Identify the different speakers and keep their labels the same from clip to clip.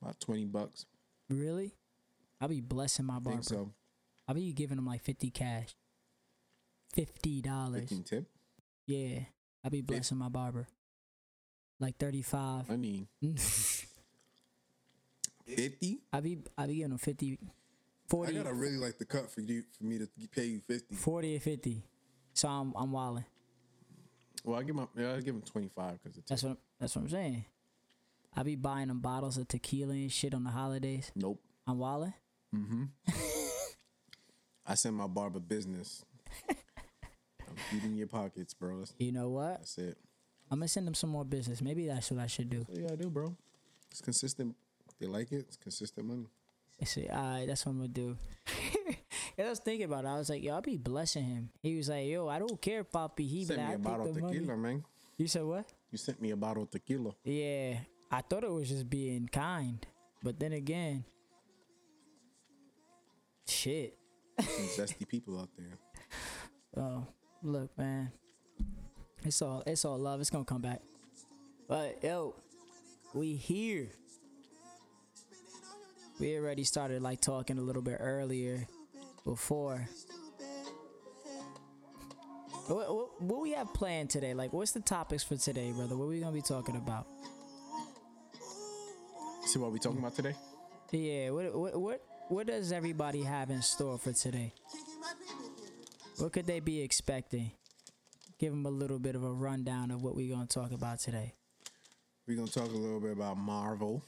Speaker 1: about twenty bucks.
Speaker 2: Really? I'll be blessing my
Speaker 1: I
Speaker 2: barber.
Speaker 1: think so.
Speaker 2: I'll be giving him like 50 cash. $50.
Speaker 1: Fifteen tip.
Speaker 2: Yeah. I'll be blessing my barber. Like 35.
Speaker 1: I mean, fifty.
Speaker 2: I'll be I'll be giving him 50 40
Speaker 3: I gotta really like the cut for you for me to pay you fifty.
Speaker 2: 40 or 50. So I'm I'm wilding.
Speaker 1: Well, I give my yeah, I give him twenty five because the tip.
Speaker 2: That's what that's what I'm saying. I be buying them bottles of tequila and shit on the holidays.
Speaker 1: Nope.
Speaker 2: I'm wilding.
Speaker 1: I send my barber business. I'm feeding your pockets, bro. That's,
Speaker 2: You know what?
Speaker 1: that's it.
Speaker 2: I'm gonna send them some more business. Maybe that's what I should do.
Speaker 1: What you gotta do, bro? It's consistent. They like it. It's consistent money.
Speaker 2: I said, all right, that's what I'm gonna do. and I was thinking about it. I was like, yo, I'll be blessing him. He was like, yo, I don't care, Poppy. He
Speaker 1: Send
Speaker 2: like,
Speaker 1: me
Speaker 2: I
Speaker 1: a
Speaker 2: take
Speaker 1: bottle of
Speaker 2: the money.
Speaker 1: tequila, man.
Speaker 2: You said what?
Speaker 1: You sent me a bottle of tequila.
Speaker 2: Yeah, I thought it was just being kind, but then again, shit.
Speaker 1: Some zesty people out there.
Speaker 2: Oh, look, man, it's all it's all love. It's gonna come back. But yo, we here. We already started like talking a little bit earlier, before. What, what, what we have planned today? Like, what's the topics for today, brother? What we gonna be talking about?
Speaker 1: See what we talking about today?
Speaker 2: Yeah, what what what what does everybody have in store for today? What could they be expecting? Give them a little bit of a rundown of what we're gonna talk about today.
Speaker 1: We're gonna talk a little bit about Marvel.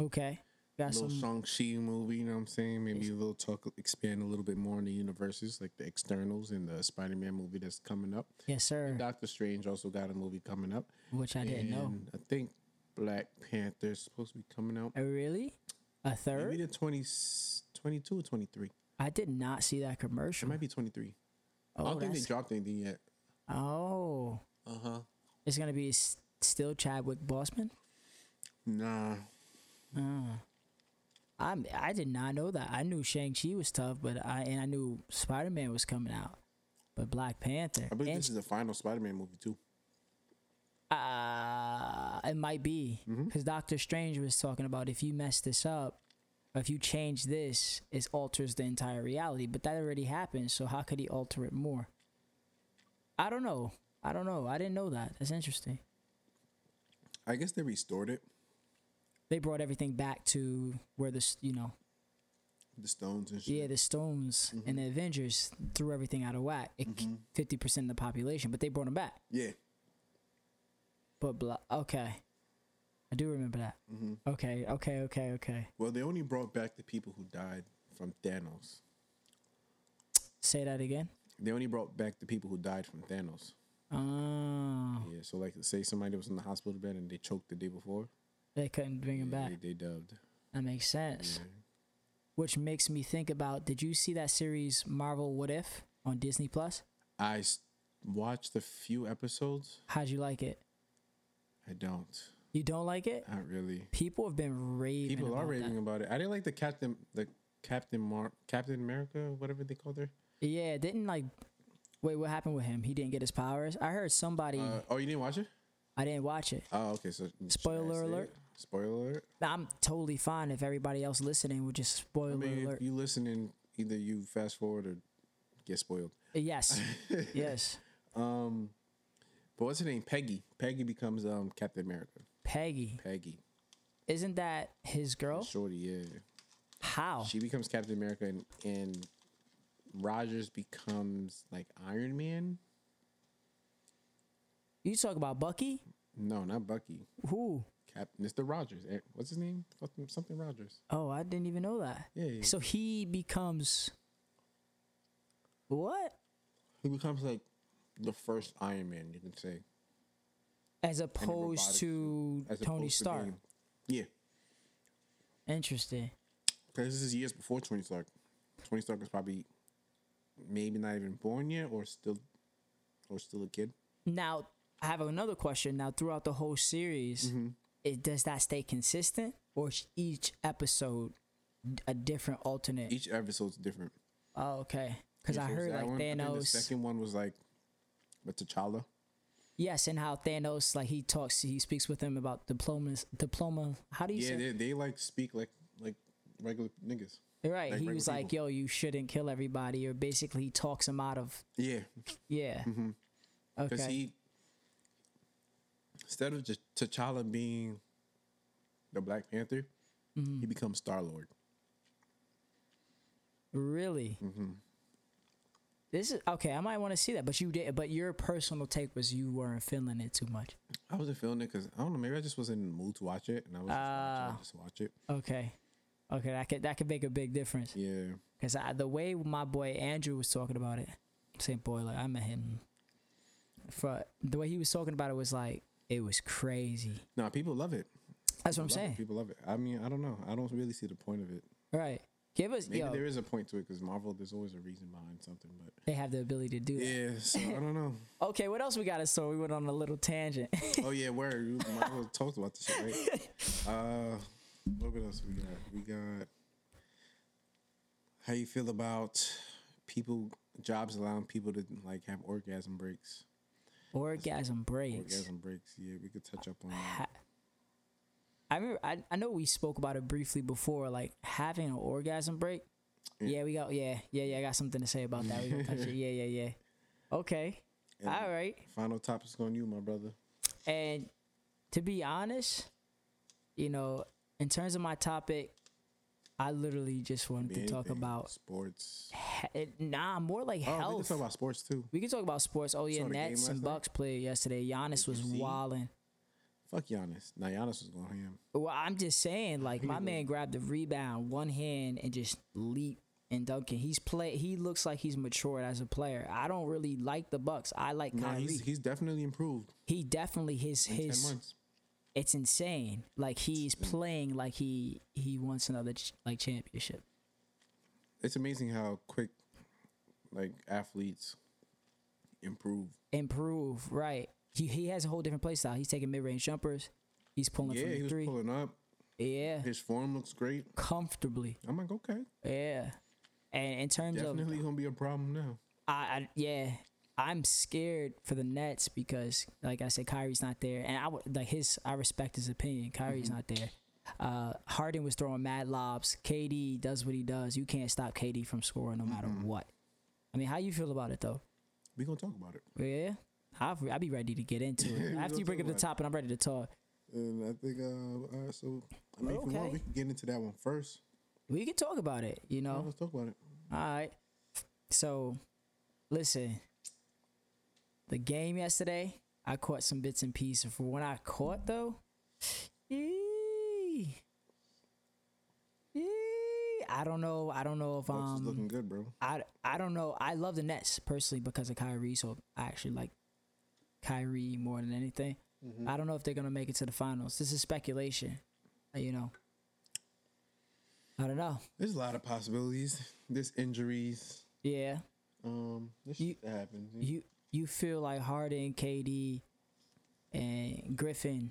Speaker 2: Okay, got
Speaker 1: little
Speaker 2: some.
Speaker 1: Shang-Chi movie, you know what I'm saying? Maybe a little talk, expand a little bit more on the universes, like the externals and the Spider-Man movie that's coming up.
Speaker 2: Yes, sir.
Speaker 1: Doctor Strange also got a movie coming up.
Speaker 2: Which Mm. I didn't know.
Speaker 1: And I think Black Panther is supposed to be coming out
Speaker 2: Uh, really? A
Speaker 1: maybe
Speaker 2: third?
Speaker 1: the 20, 22 or 23.
Speaker 2: I did not see that
Speaker 1: It
Speaker 2: commercial.
Speaker 1: might be 23. I
Speaker 2: Oh,
Speaker 1: don't think they
Speaker 2: that's,
Speaker 1: dropped anything yet.
Speaker 2: oh,
Speaker 1: Uh-huh.
Speaker 2: it's gonna be s- still Chadwick Boseman.
Speaker 1: Nah.
Speaker 2: I'm. I did not know that. I knew Shang Chi was tough, but I and I knew Spider Man was coming out, but Black Panther.
Speaker 1: I believe
Speaker 2: and
Speaker 1: this is the final Spider-Man movie too.
Speaker 2: Uh, it might be because Doctor Strange was talking about if you mess this up, or if you change this, it alters the entire reality. But that already happened, so how could he alter it more? I don't know. I don't know. I didn't know that. That's interesting.
Speaker 1: I guess they restored it.
Speaker 2: They brought everything back to where this, you know,
Speaker 1: The stones and shit.
Speaker 2: yeah, the stones and the Avengers threw everything out of whack. Fifty percent of the population, but they brought them back.
Speaker 1: Yeah.
Speaker 2: But blah, okay, I do remember that. Okay, okay, okay, okay.
Speaker 1: Well, they only brought back the people who died from Thanos.
Speaker 2: Say that again.
Speaker 1: They only brought back the people who died from Thanos.
Speaker 2: Oh,
Speaker 1: Yeah, so like say somebody was in the hospital bed and they choked the day before.
Speaker 2: they couldn't bring him
Speaker 1: yeah,
Speaker 2: back.
Speaker 1: They, they dubbed.
Speaker 2: That makes sense. Which makes me think about did you see that series Marvel What If on Disney Plus?
Speaker 1: I s- watched a few episodes.
Speaker 2: How'd you like it?
Speaker 1: I don't.
Speaker 2: You don't like it?
Speaker 1: Not really.
Speaker 2: People have been raving.
Speaker 1: People are
Speaker 2: about
Speaker 1: raving about it. I didn't like the Captain, the Captain Mar, Captain America, whatever they called her.
Speaker 2: That. Yeah, didn't like. Wait, what happened with him? He didn't get his powers. I heard somebody.
Speaker 1: Uh, oh, you didn't watch it?
Speaker 2: I didn't watch it.
Speaker 1: Oh, okay. So should I
Speaker 2: Spoiler
Speaker 1: say
Speaker 2: alert.
Speaker 1: it? Spoiler alert.
Speaker 2: Now, I'm totally fine if everybody else listening would just spoiler
Speaker 1: I mean,
Speaker 2: alert.
Speaker 1: if you listening, either you fast forward or get spoiled.
Speaker 2: yes, yes.
Speaker 1: Um, but what's her name? Peggy. Peggy becomes um Captain America.
Speaker 2: Peggy,
Speaker 1: Peggy.
Speaker 2: isn't that his girl?
Speaker 1: Shorty. Yeah.
Speaker 2: How?
Speaker 1: She becomes Captain America, and and Rogers becomes like Iron Man.
Speaker 2: You talk about Bucky?
Speaker 1: No, not Bucky.
Speaker 2: Who?
Speaker 1: Cap, Mr. Rogers. Eh, What's his name? Fucking Something Rogers.
Speaker 2: Oh, I didn't even know that.
Speaker 1: Yeah, yeah.
Speaker 2: So he becomes what?
Speaker 1: He becomes like the first Iron Man, you can say.
Speaker 2: As opposed
Speaker 1: robotic
Speaker 2: to
Speaker 1: as
Speaker 2: Tony
Speaker 1: opposed to
Speaker 2: Stark.
Speaker 1: being- yeah,
Speaker 2: Interesting.
Speaker 1: because this is years before Tony Stark. Tony Stark is probably maybe not even born yet, or still, or still a kid.
Speaker 2: Now I have another question. Now throughout the whole series,
Speaker 1: Mm-hmm.
Speaker 2: it does that stay consistent, or is each episode a different alternate?
Speaker 1: Each episode's different.
Speaker 2: oh, okay. Because
Speaker 1: E-
Speaker 2: I
Speaker 1: So it was
Speaker 2: heard
Speaker 1: that
Speaker 2: like
Speaker 1: one. I think The
Speaker 2: Thanos.
Speaker 1: second one was like with T'Challa.
Speaker 2: Yes, and how Thanos like he talks, he speaks with him about diplomas, diploma. How do you
Speaker 1: Yeah,
Speaker 2: say?
Speaker 1: they, they like speak like like regular niggas.
Speaker 2: right,
Speaker 1: like
Speaker 2: he
Speaker 1: regular
Speaker 2: was like, "Yo, you shouldn't kill everybody," or basically he talks him out of
Speaker 1: Yeah,
Speaker 2: yeah.
Speaker 1: because
Speaker 2: Okay,
Speaker 1: Mm-hmm. he instead of just T'Challa being the Black Panther, he
Speaker 2: Mm-hmm.
Speaker 1: becomes Star Lord.
Speaker 2: really.
Speaker 1: Mm-hmm.
Speaker 2: This is okay. I might want to see that, but you did. But your personal take was you weren't feeling it too much.
Speaker 1: I wasn't feeling it because I don't know. Maybe I just wasn't in the mood to watch it, and I was just, uh,
Speaker 2: Ah.
Speaker 1: just watch it.
Speaker 2: Okay, okay, that could that could make a big difference.
Speaker 1: Yeah,
Speaker 2: Cause I, the way my boy Andrew was talking about it, same boy, like I met him. For the way he was talking about it was like it was crazy.
Speaker 1: no, people love it.
Speaker 2: That's what I'm
Speaker 1: Love it.
Speaker 2: saying.
Speaker 1: People love it. I mean, I don't know. I don't really see the point of it.
Speaker 2: Right? Give us
Speaker 1: Maybe
Speaker 2: yo.
Speaker 1: there is a point to it because Marvel. There's always a reason behind something, but
Speaker 2: They have the ability to do that.
Speaker 1: yeah. So I don't know.
Speaker 2: Okay, what else we got? So we went on a little tangent.
Speaker 1: Oh yeah, where you might as well talk about this shit, right? Uh, what else we got? We got how you feel about people jobs allowing people to like have orgasm breaks.
Speaker 2: Orgasm breaks.
Speaker 1: Orgasm breaks. Yeah, we could touch up on that.
Speaker 2: Ha- I remember. I, I know we spoke about it briefly before, like having an orgasm break. Yeah, we got. Yeah, yeah, yeah. I got something to say about that. We gonna touch it. Yeah, yeah, yeah. Okay.
Speaker 1: And
Speaker 2: All right.
Speaker 1: Final topic's on you, my brother.
Speaker 2: And to be honest, you know, in terms of my topic, I literally just wanted
Speaker 1: Be
Speaker 2: to talk
Speaker 1: anything.
Speaker 2: about
Speaker 1: sports.
Speaker 2: he- nah, more like
Speaker 1: Oh, we can
Speaker 2: health.
Speaker 1: talk about sports too.
Speaker 2: we can talk about sports. Oh yeah,
Speaker 1: Saw the game
Speaker 2: Nets and
Speaker 1: last night?
Speaker 2: Bucks played yesterday. Giannis was
Speaker 1: you see?
Speaker 2: wilding.
Speaker 1: Fuck Giannis. Now Giannis was going ham.
Speaker 2: Well, I'm just saying, like my man grabbed the rebound one hand and just leaped and dunking. He's play. He looks like he's matured as a player. I don't really like the Bucks. I like
Speaker 1: Nah,
Speaker 2: Kyrie.
Speaker 1: he's he's definitely improved
Speaker 2: he definitely his
Speaker 1: in ten
Speaker 2: his
Speaker 1: months.
Speaker 2: it's insane. Like he's playing like he he wants another ch- like championship.
Speaker 1: It's amazing how quick like athletes improve.
Speaker 2: Improve, right? He he has a whole different play style. He's taking mid range jumpers. He's pulling
Speaker 1: yeah,
Speaker 2: from
Speaker 1: he
Speaker 2: the
Speaker 1: was
Speaker 2: three.
Speaker 1: pulling up.
Speaker 2: Yeah,
Speaker 1: His form looks great.
Speaker 2: comfortably.
Speaker 1: I'm like, okay,
Speaker 2: Yeah, and in terms of
Speaker 1: definitely gonna be a problem now.
Speaker 2: I, I yeah, I'm scared for the Nets because like I said, Kyrie's not there, and I would like his. I respect his opinion. Kyrie's
Speaker 1: Mm-hmm.
Speaker 2: not there. Uh, Harden was throwing mad lobs. KD does what he does. You can't stop KD from scoring no matter
Speaker 1: Mm-hmm.
Speaker 2: what. I mean, how you feel about it though?
Speaker 1: We gonna talk about it.
Speaker 2: Yeah, I'll, I'll be ready to get into it
Speaker 1: we
Speaker 2: after you
Speaker 1: gonna talk
Speaker 2: bring up the
Speaker 1: about it.
Speaker 2: topic. I'm ready to talk.
Speaker 1: And I think, uh, all right, so I mean, if you
Speaker 2: Okay.
Speaker 1: want, we can get into that one first.
Speaker 2: We can talk about it. You
Speaker 1: Oh.
Speaker 2: know,
Speaker 1: Let's talk about it.
Speaker 2: all right. So, listen, the game yesterday, I caught some bits and pieces. For when I caught though, eee, eee, I don't know. I don't know if
Speaker 1: Bucks
Speaker 2: um,
Speaker 1: is looking good, bro.
Speaker 2: I I don't know. I love the Nets personally because of Kyrie, so I actually like Kyrie more than anything. I don't know if they're gonna make it to the finals. This is speculation, uh, you know. I don't know.
Speaker 1: There's a lot of possibilities. There's injuries.
Speaker 2: Yeah,
Speaker 1: Um, this
Speaker 2: You-
Speaker 1: shit that happens.
Speaker 2: you you feel like Harden, KD, and Griffin.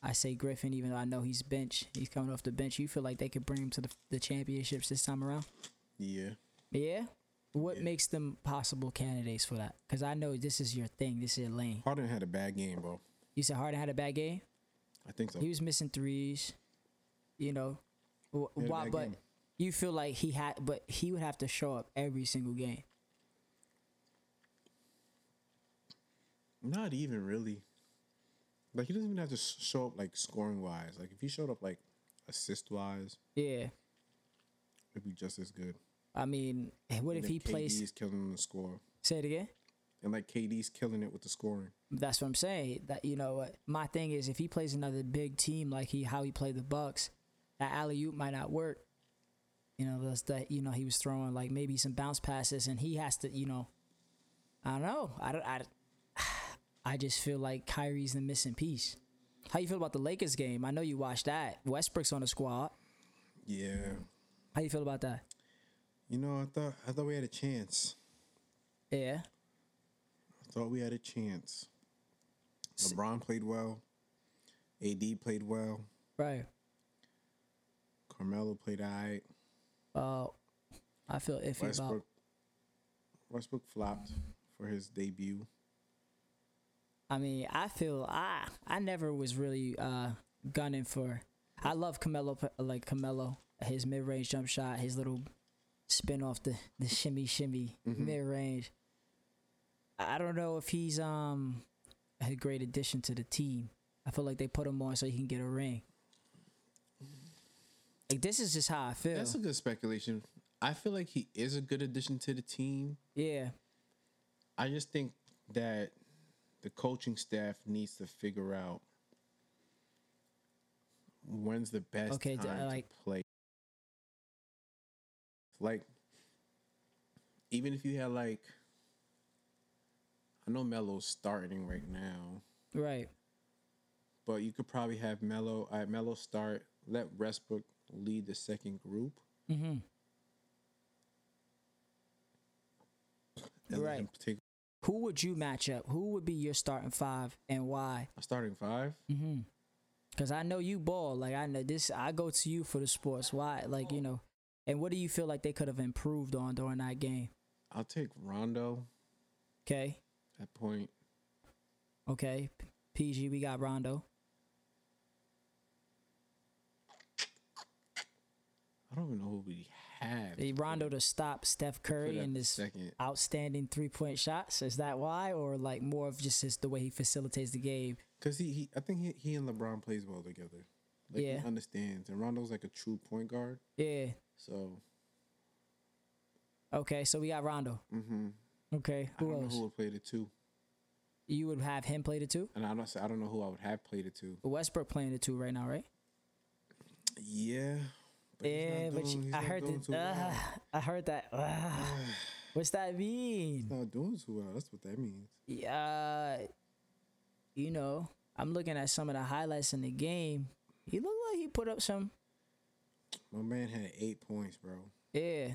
Speaker 2: I say Griffin, even though I know he's bench. He's coming off the bench. You feel like they could bring him to the, the championships this time around.
Speaker 1: yeah.
Speaker 2: Yeah. What
Speaker 1: Yeah.
Speaker 2: makes them possible candidates for that? Because I know this is your thing. This is your lane.
Speaker 1: Harden had a bad game, bro.
Speaker 2: You said Harden had a bad game.
Speaker 1: I think so.
Speaker 2: He was missing threes. You know, Wh-
Speaker 1: had a
Speaker 2: why?
Speaker 1: bad
Speaker 2: But
Speaker 1: game.
Speaker 2: you feel like he had, but he would have to show up every single game.
Speaker 1: Not even really. Like he doesn't even have to s- show up like scoring wise. Like if he showed up like assist wise,
Speaker 2: Yeah.
Speaker 1: it'd be just as good.
Speaker 2: I mean, what if
Speaker 1: And
Speaker 2: he
Speaker 1: KD
Speaker 2: plays?
Speaker 1: is killing the score,
Speaker 2: Say it again.
Speaker 1: and like KD's killing it with the scoring.
Speaker 2: That's what I'm saying. That you know, what my thing is if he plays another big team like he how he played the Bucks, that alley oop might not work. You know, that's that you know he was throwing like maybe some bounce passes and he has to you know, I don't know. I don't. I, I just feel like Kyrie's the missing piece. How you feel about the Lakers game? I know you watched that. Westbrook's on the squad.
Speaker 1: Yeah.
Speaker 2: How you feel about that?
Speaker 1: You know, I thought I thought we had a chance.
Speaker 2: Yeah.
Speaker 1: I thought we had a chance. LeBron played well. AD played well.
Speaker 2: Right.
Speaker 1: Carmelo played all right.
Speaker 2: Uh, I feel iffy about.
Speaker 1: Westbrook Westbrook flopped for his debut.
Speaker 2: I mean, I feel I I never was really uh gunning for. I love Camelo p- like Camelo, his mid range jump shot, his little spin off the the shimmy shimmy
Speaker 1: Mm-hmm.
Speaker 2: mid range. I I don't know if he's um a great addition to the team. I feel like they put him on so he can get a ring. Like this is just how I feel.
Speaker 1: That's a good speculation. I feel like he is a good addition to the team.
Speaker 2: yeah,
Speaker 1: I just think that the coaching staff needs to figure out when's the best
Speaker 2: Okay, d-
Speaker 1: time
Speaker 2: like-
Speaker 1: to play. Like, even if you had like, I know Melo's starting right now,
Speaker 2: right.
Speaker 1: but you could probably have Melo. I Melo start. Let Westbrook lead the second group.
Speaker 2: Mm-hmm.
Speaker 1: And let
Speaker 2: Right.
Speaker 1: him take
Speaker 2: Who would you match up? Who would be your starting five and why?
Speaker 1: a starting five.
Speaker 2: Mm-hmm. Cause I know you ball. Like I know this. I go to you for the sports. Why? Like you know. And what do you feel like they could have improved on during that game?
Speaker 1: I'll take Rondo
Speaker 2: Okay.
Speaker 1: at point.
Speaker 2: Okay. P- PG. We got Rondo.
Speaker 1: I don't even know who we have.
Speaker 2: They Rondo to stop Steph Curry
Speaker 1: Put up
Speaker 2: and
Speaker 1: the
Speaker 2: his
Speaker 1: second.
Speaker 2: outstanding three point shots. Is that why, or like more of just his, the way he facilitates the game?
Speaker 1: Cause he, he I think he, he and LeBron plays well together. Like
Speaker 2: Yeah.
Speaker 1: he understands, and Rondo's like a true point guard.
Speaker 2: Yeah.
Speaker 1: So
Speaker 2: Okay. So we got Rondo.
Speaker 1: hmm
Speaker 2: Okay.
Speaker 1: I
Speaker 2: Who
Speaker 1: don't
Speaker 2: else?
Speaker 1: know who would play the two,
Speaker 2: You would have him play the two.
Speaker 1: and I don't I don't know who I would have played the two.
Speaker 2: Westbrook playing the two right now, right?
Speaker 1: Yeah. But he's not
Speaker 2: yeah, but
Speaker 1: doing-
Speaker 2: you-
Speaker 1: he's
Speaker 2: I
Speaker 1: not
Speaker 2: heard
Speaker 1: doing
Speaker 2: that.
Speaker 1: too well.
Speaker 2: uh, I heard that. uh, what's that mean?
Speaker 3: He's not doing too well. That's what that means.
Speaker 2: Yeah, you know, I'm looking at some of the highlights in the game. He looked like he put up some.
Speaker 3: My man had eight points, bro.
Speaker 2: Yeah,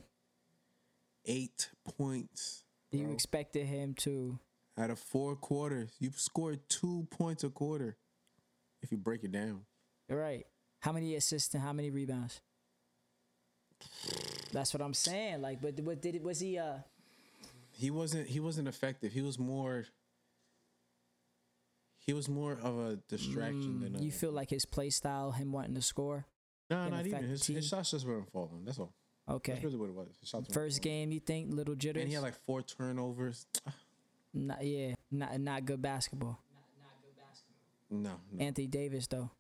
Speaker 1: Eight points
Speaker 2: you
Speaker 3: Bro.
Speaker 2: expected him to.
Speaker 1: out of four quarters. You scored two points a quarter. If you break it down,
Speaker 2: Right. How many assists and how many rebounds? That's what I'm saying. Like, but what did it? Was he? Uh,
Speaker 1: he wasn't he wasn't effective. He was more. He was more of a distraction than a,
Speaker 2: mm, you feel like his play style, him wanting to score.
Speaker 1: No,
Speaker 2: in
Speaker 1: not even.
Speaker 2: effect,
Speaker 1: His,
Speaker 2: team.
Speaker 1: his shots just weren't falling. That's all.
Speaker 2: Okay.
Speaker 1: That's really what it was. His shots weren't
Speaker 2: First
Speaker 1: falling.
Speaker 2: game, you think little jitters?
Speaker 1: And he had like four turnovers.
Speaker 2: Not, yeah, not not good basketball.
Speaker 1: No, no.
Speaker 2: Anthony Davis though,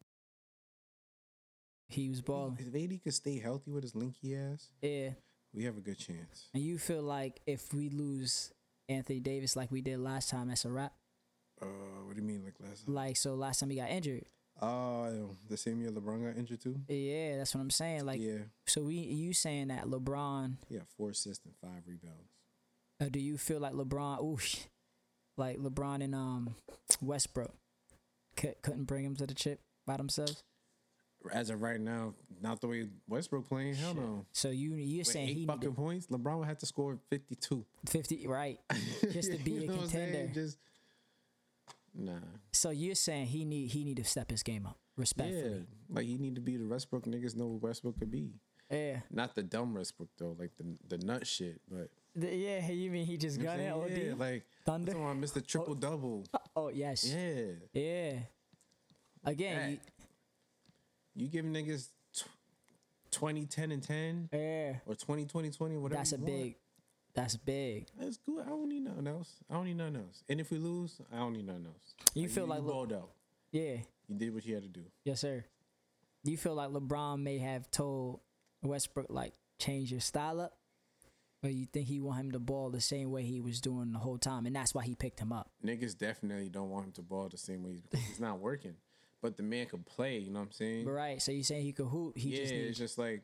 Speaker 2: he was balling.
Speaker 1: If AD could stay healthy with his linky ass,
Speaker 2: Yeah,
Speaker 1: we have a good chance.
Speaker 2: and you feel like if we lose Anthony Davis like we did last time, that's a wrap.
Speaker 3: Uh, what do you mean, like last?
Speaker 2: Like so, last time he got injured.
Speaker 1: Uh,
Speaker 3: Oh, the same year LeBron got injured too.
Speaker 2: Yeah, that's what I'm saying. Like
Speaker 3: yeah,
Speaker 2: so, we you saying that LeBron?
Speaker 3: he had four assists and five rebounds.
Speaker 2: Uh, do you feel like LeBron? Ooh, like LeBron and um Westbrook could, couldn't bring him to the chip by themselves.
Speaker 1: As of right now, not the way Westbrook playing. Hell
Speaker 2: Shit.
Speaker 1: no.
Speaker 2: So you you're
Speaker 1: With
Speaker 2: saying
Speaker 1: eight
Speaker 2: he
Speaker 1: fucking
Speaker 2: needed
Speaker 1: points, LeBron would have to score fifty-two
Speaker 2: 50 right? Just to be
Speaker 1: You
Speaker 2: a
Speaker 1: know what I'm saying?
Speaker 2: contender.
Speaker 1: Just nah.
Speaker 2: So you're saying he need he need to step his game up
Speaker 1: Yeah,
Speaker 2: respectfully.
Speaker 1: like he need to be the Westbrook niggas know what Westbrook could be.
Speaker 2: Yeah, yeah.
Speaker 1: Not the dumb Westbrook though, like the the nut shit. But
Speaker 2: The- yeah you mean he just
Speaker 1: you know
Speaker 2: got
Speaker 1: what
Speaker 2: it?
Speaker 1: I'm
Speaker 2: OD?
Speaker 1: saying? Yeah, like
Speaker 2: Thunder.
Speaker 1: That's why I missed the triple double.
Speaker 2: oh yes. Yeah.
Speaker 1: Yeah.
Speaker 2: Again.
Speaker 1: That. You give niggas tw- 20, 10, and 10
Speaker 2: you- yeah.
Speaker 1: or 20, 20, 20, whatever.
Speaker 2: That's a
Speaker 1: you want.
Speaker 2: big. That's big.
Speaker 1: That's good. I don't need nothing else. I don't need nothing else. And if we lose, I don't need nothing else.
Speaker 2: You feel like
Speaker 1: you
Speaker 2: look-
Speaker 1: balled out.
Speaker 2: Yeah.
Speaker 1: You did what you had to do.
Speaker 2: Yes, sir. You feel like LeBron may have told Westbrook like change your style up, or you think he want him to ball the same way he was doing the whole time, and that's why he picked him up.
Speaker 1: Niggas definitely don't want him to ball the same way he's because it's not working. But the man could play. You know what I'm saying?
Speaker 2: Right. So you saying he could hoop? He
Speaker 1: yeah.
Speaker 2: just needs
Speaker 1: it's just like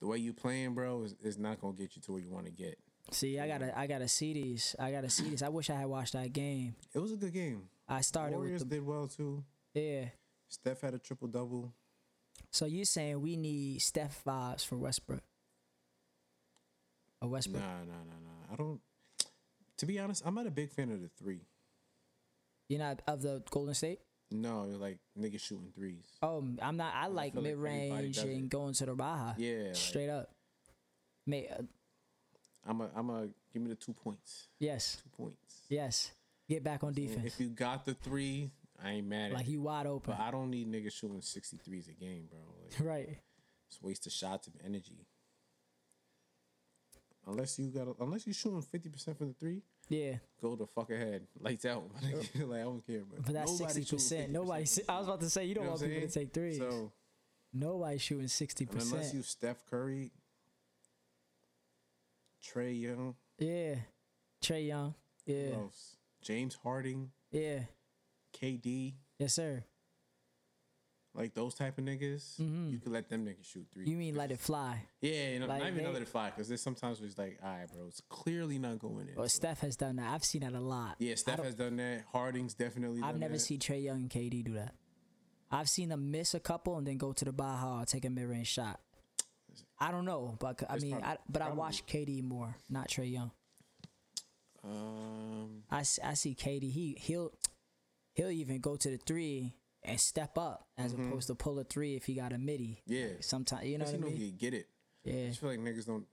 Speaker 1: the way you playing, bro, is, is not gonna get you to where you want to get.
Speaker 2: See, I gotta, I gotta see these. I gotta see these. I wish I had watched that game.
Speaker 1: It was a good game.
Speaker 2: I started
Speaker 1: Warriors
Speaker 2: with the
Speaker 1: did well too.
Speaker 2: yeah.
Speaker 1: Steph had a triple double.
Speaker 2: So you saying we need Steph vibes for Westbrook? A
Speaker 1: Nah,
Speaker 2: Westbrook?
Speaker 1: nah, nah, nah. I don't. To be honest, I'm not a big fan of the three.
Speaker 2: You're not of the Golden State?
Speaker 1: No, like niggas shooting threes.
Speaker 2: Oh, m- I'm not. I like
Speaker 1: feel like
Speaker 2: mid
Speaker 1: everybody
Speaker 2: range
Speaker 1: does
Speaker 2: and
Speaker 1: it.
Speaker 2: going to the Baja.
Speaker 1: Yeah, like-
Speaker 2: straight up. May uh,
Speaker 1: I'm a, I'm a. Give me the two points.
Speaker 2: yes,
Speaker 1: Two points.
Speaker 2: yes. Get back on
Speaker 1: And
Speaker 2: defense.
Speaker 1: If you got the three, I ain't mad at
Speaker 2: Like
Speaker 1: it.
Speaker 2: you wide open.
Speaker 1: But I don't need niggas shooting 63s a game, bro. Like,
Speaker 2: Right.
Speaker 1: it's a waste of shots of energy. Unless you got, a, unless you shooting 50% from the three,
Speaker 2: Yeah.
Speaker 1: go the fuck ahead. Lights out. my nigga. like, I don't care, but
Speaker 2: But that's
Speaker 1: nobody
Speaker 2: sixty
Speaker 1: shooting
Speaker 2: percent.
Speaker 1: 50%
Speaker 2: Nobody.
Speaker 1: from
Speaker 2: I was about to say you
Speaker 1: the
Speaker 2: don't
Speaker 1: three. You know what I'm
Speaker 2: want people to
Speaker 1: saying?
Speaker 2: take threes.
Speaker 1: So,
Speaker 2: Nobody's shooting sixty
Speaker 1: and unless you
Speaker 2: percent.
Speaker 1: Steph Curry, Trey Young,
Speaker 2: Yeah. Trey Young. Yeah.
Speaker 1: who else? James Harding,
Speaker 2: Yeah.
Speaker 1: KD,
Speaker 2: Yes, sir.
Speaker 1: like those type of niggas, you could let them niggas shoot three.
Speaker 2: Mm-hmm. You mean let it fly?
Speaker 1: Yeah, you know,
Speaker 2: Like,
Speaker 1: not even
Speaker 2: they-
Speaker 1: let it fly because there's sometimes where it's like, all right, bro, it's clearly not going in.
Speaker 2: Well,
Speaker 1: So,
Speaker 2: Steph has done that. I've seen that a lot.
Speaker 1: yeah,
Speaker 2: I
Speaker 1: Steph
Speaker 2: don't-
Speaker 1: has done that. Harding's definitely.
Speaker 2: I've
Speaker 1: done
Speaker 2: never
Speaker 1: that.
Speaker 2: seen Trey Young and KD do that. I've seen them miss a couple and then go to the Baja take a mid range shot. I don't know, but I
Speaker 1: It's
Speaker 2: mean,
Speaker 1: prob-
Speaker 2: I, but I
Speaker 1: probably-
Speaker 2: watch KD more, not Trey Young.
Speaker 1: Um,
Speaker 2: I, s- I see KD. He he'll he'll even go to the three and step up as opposed to pull a three if he got a midi.
Speaker 1: Mm-hmm. yeah,
Speaker 2: Sometimes you know
Speaker 1: Unless
Speaker 2: what I
Speaker 1: you know
Speaker 2: mean.
Speaker 1: you get it. I
Speaker 2: Yeah,
Speaker 1: just feel like niggas don't.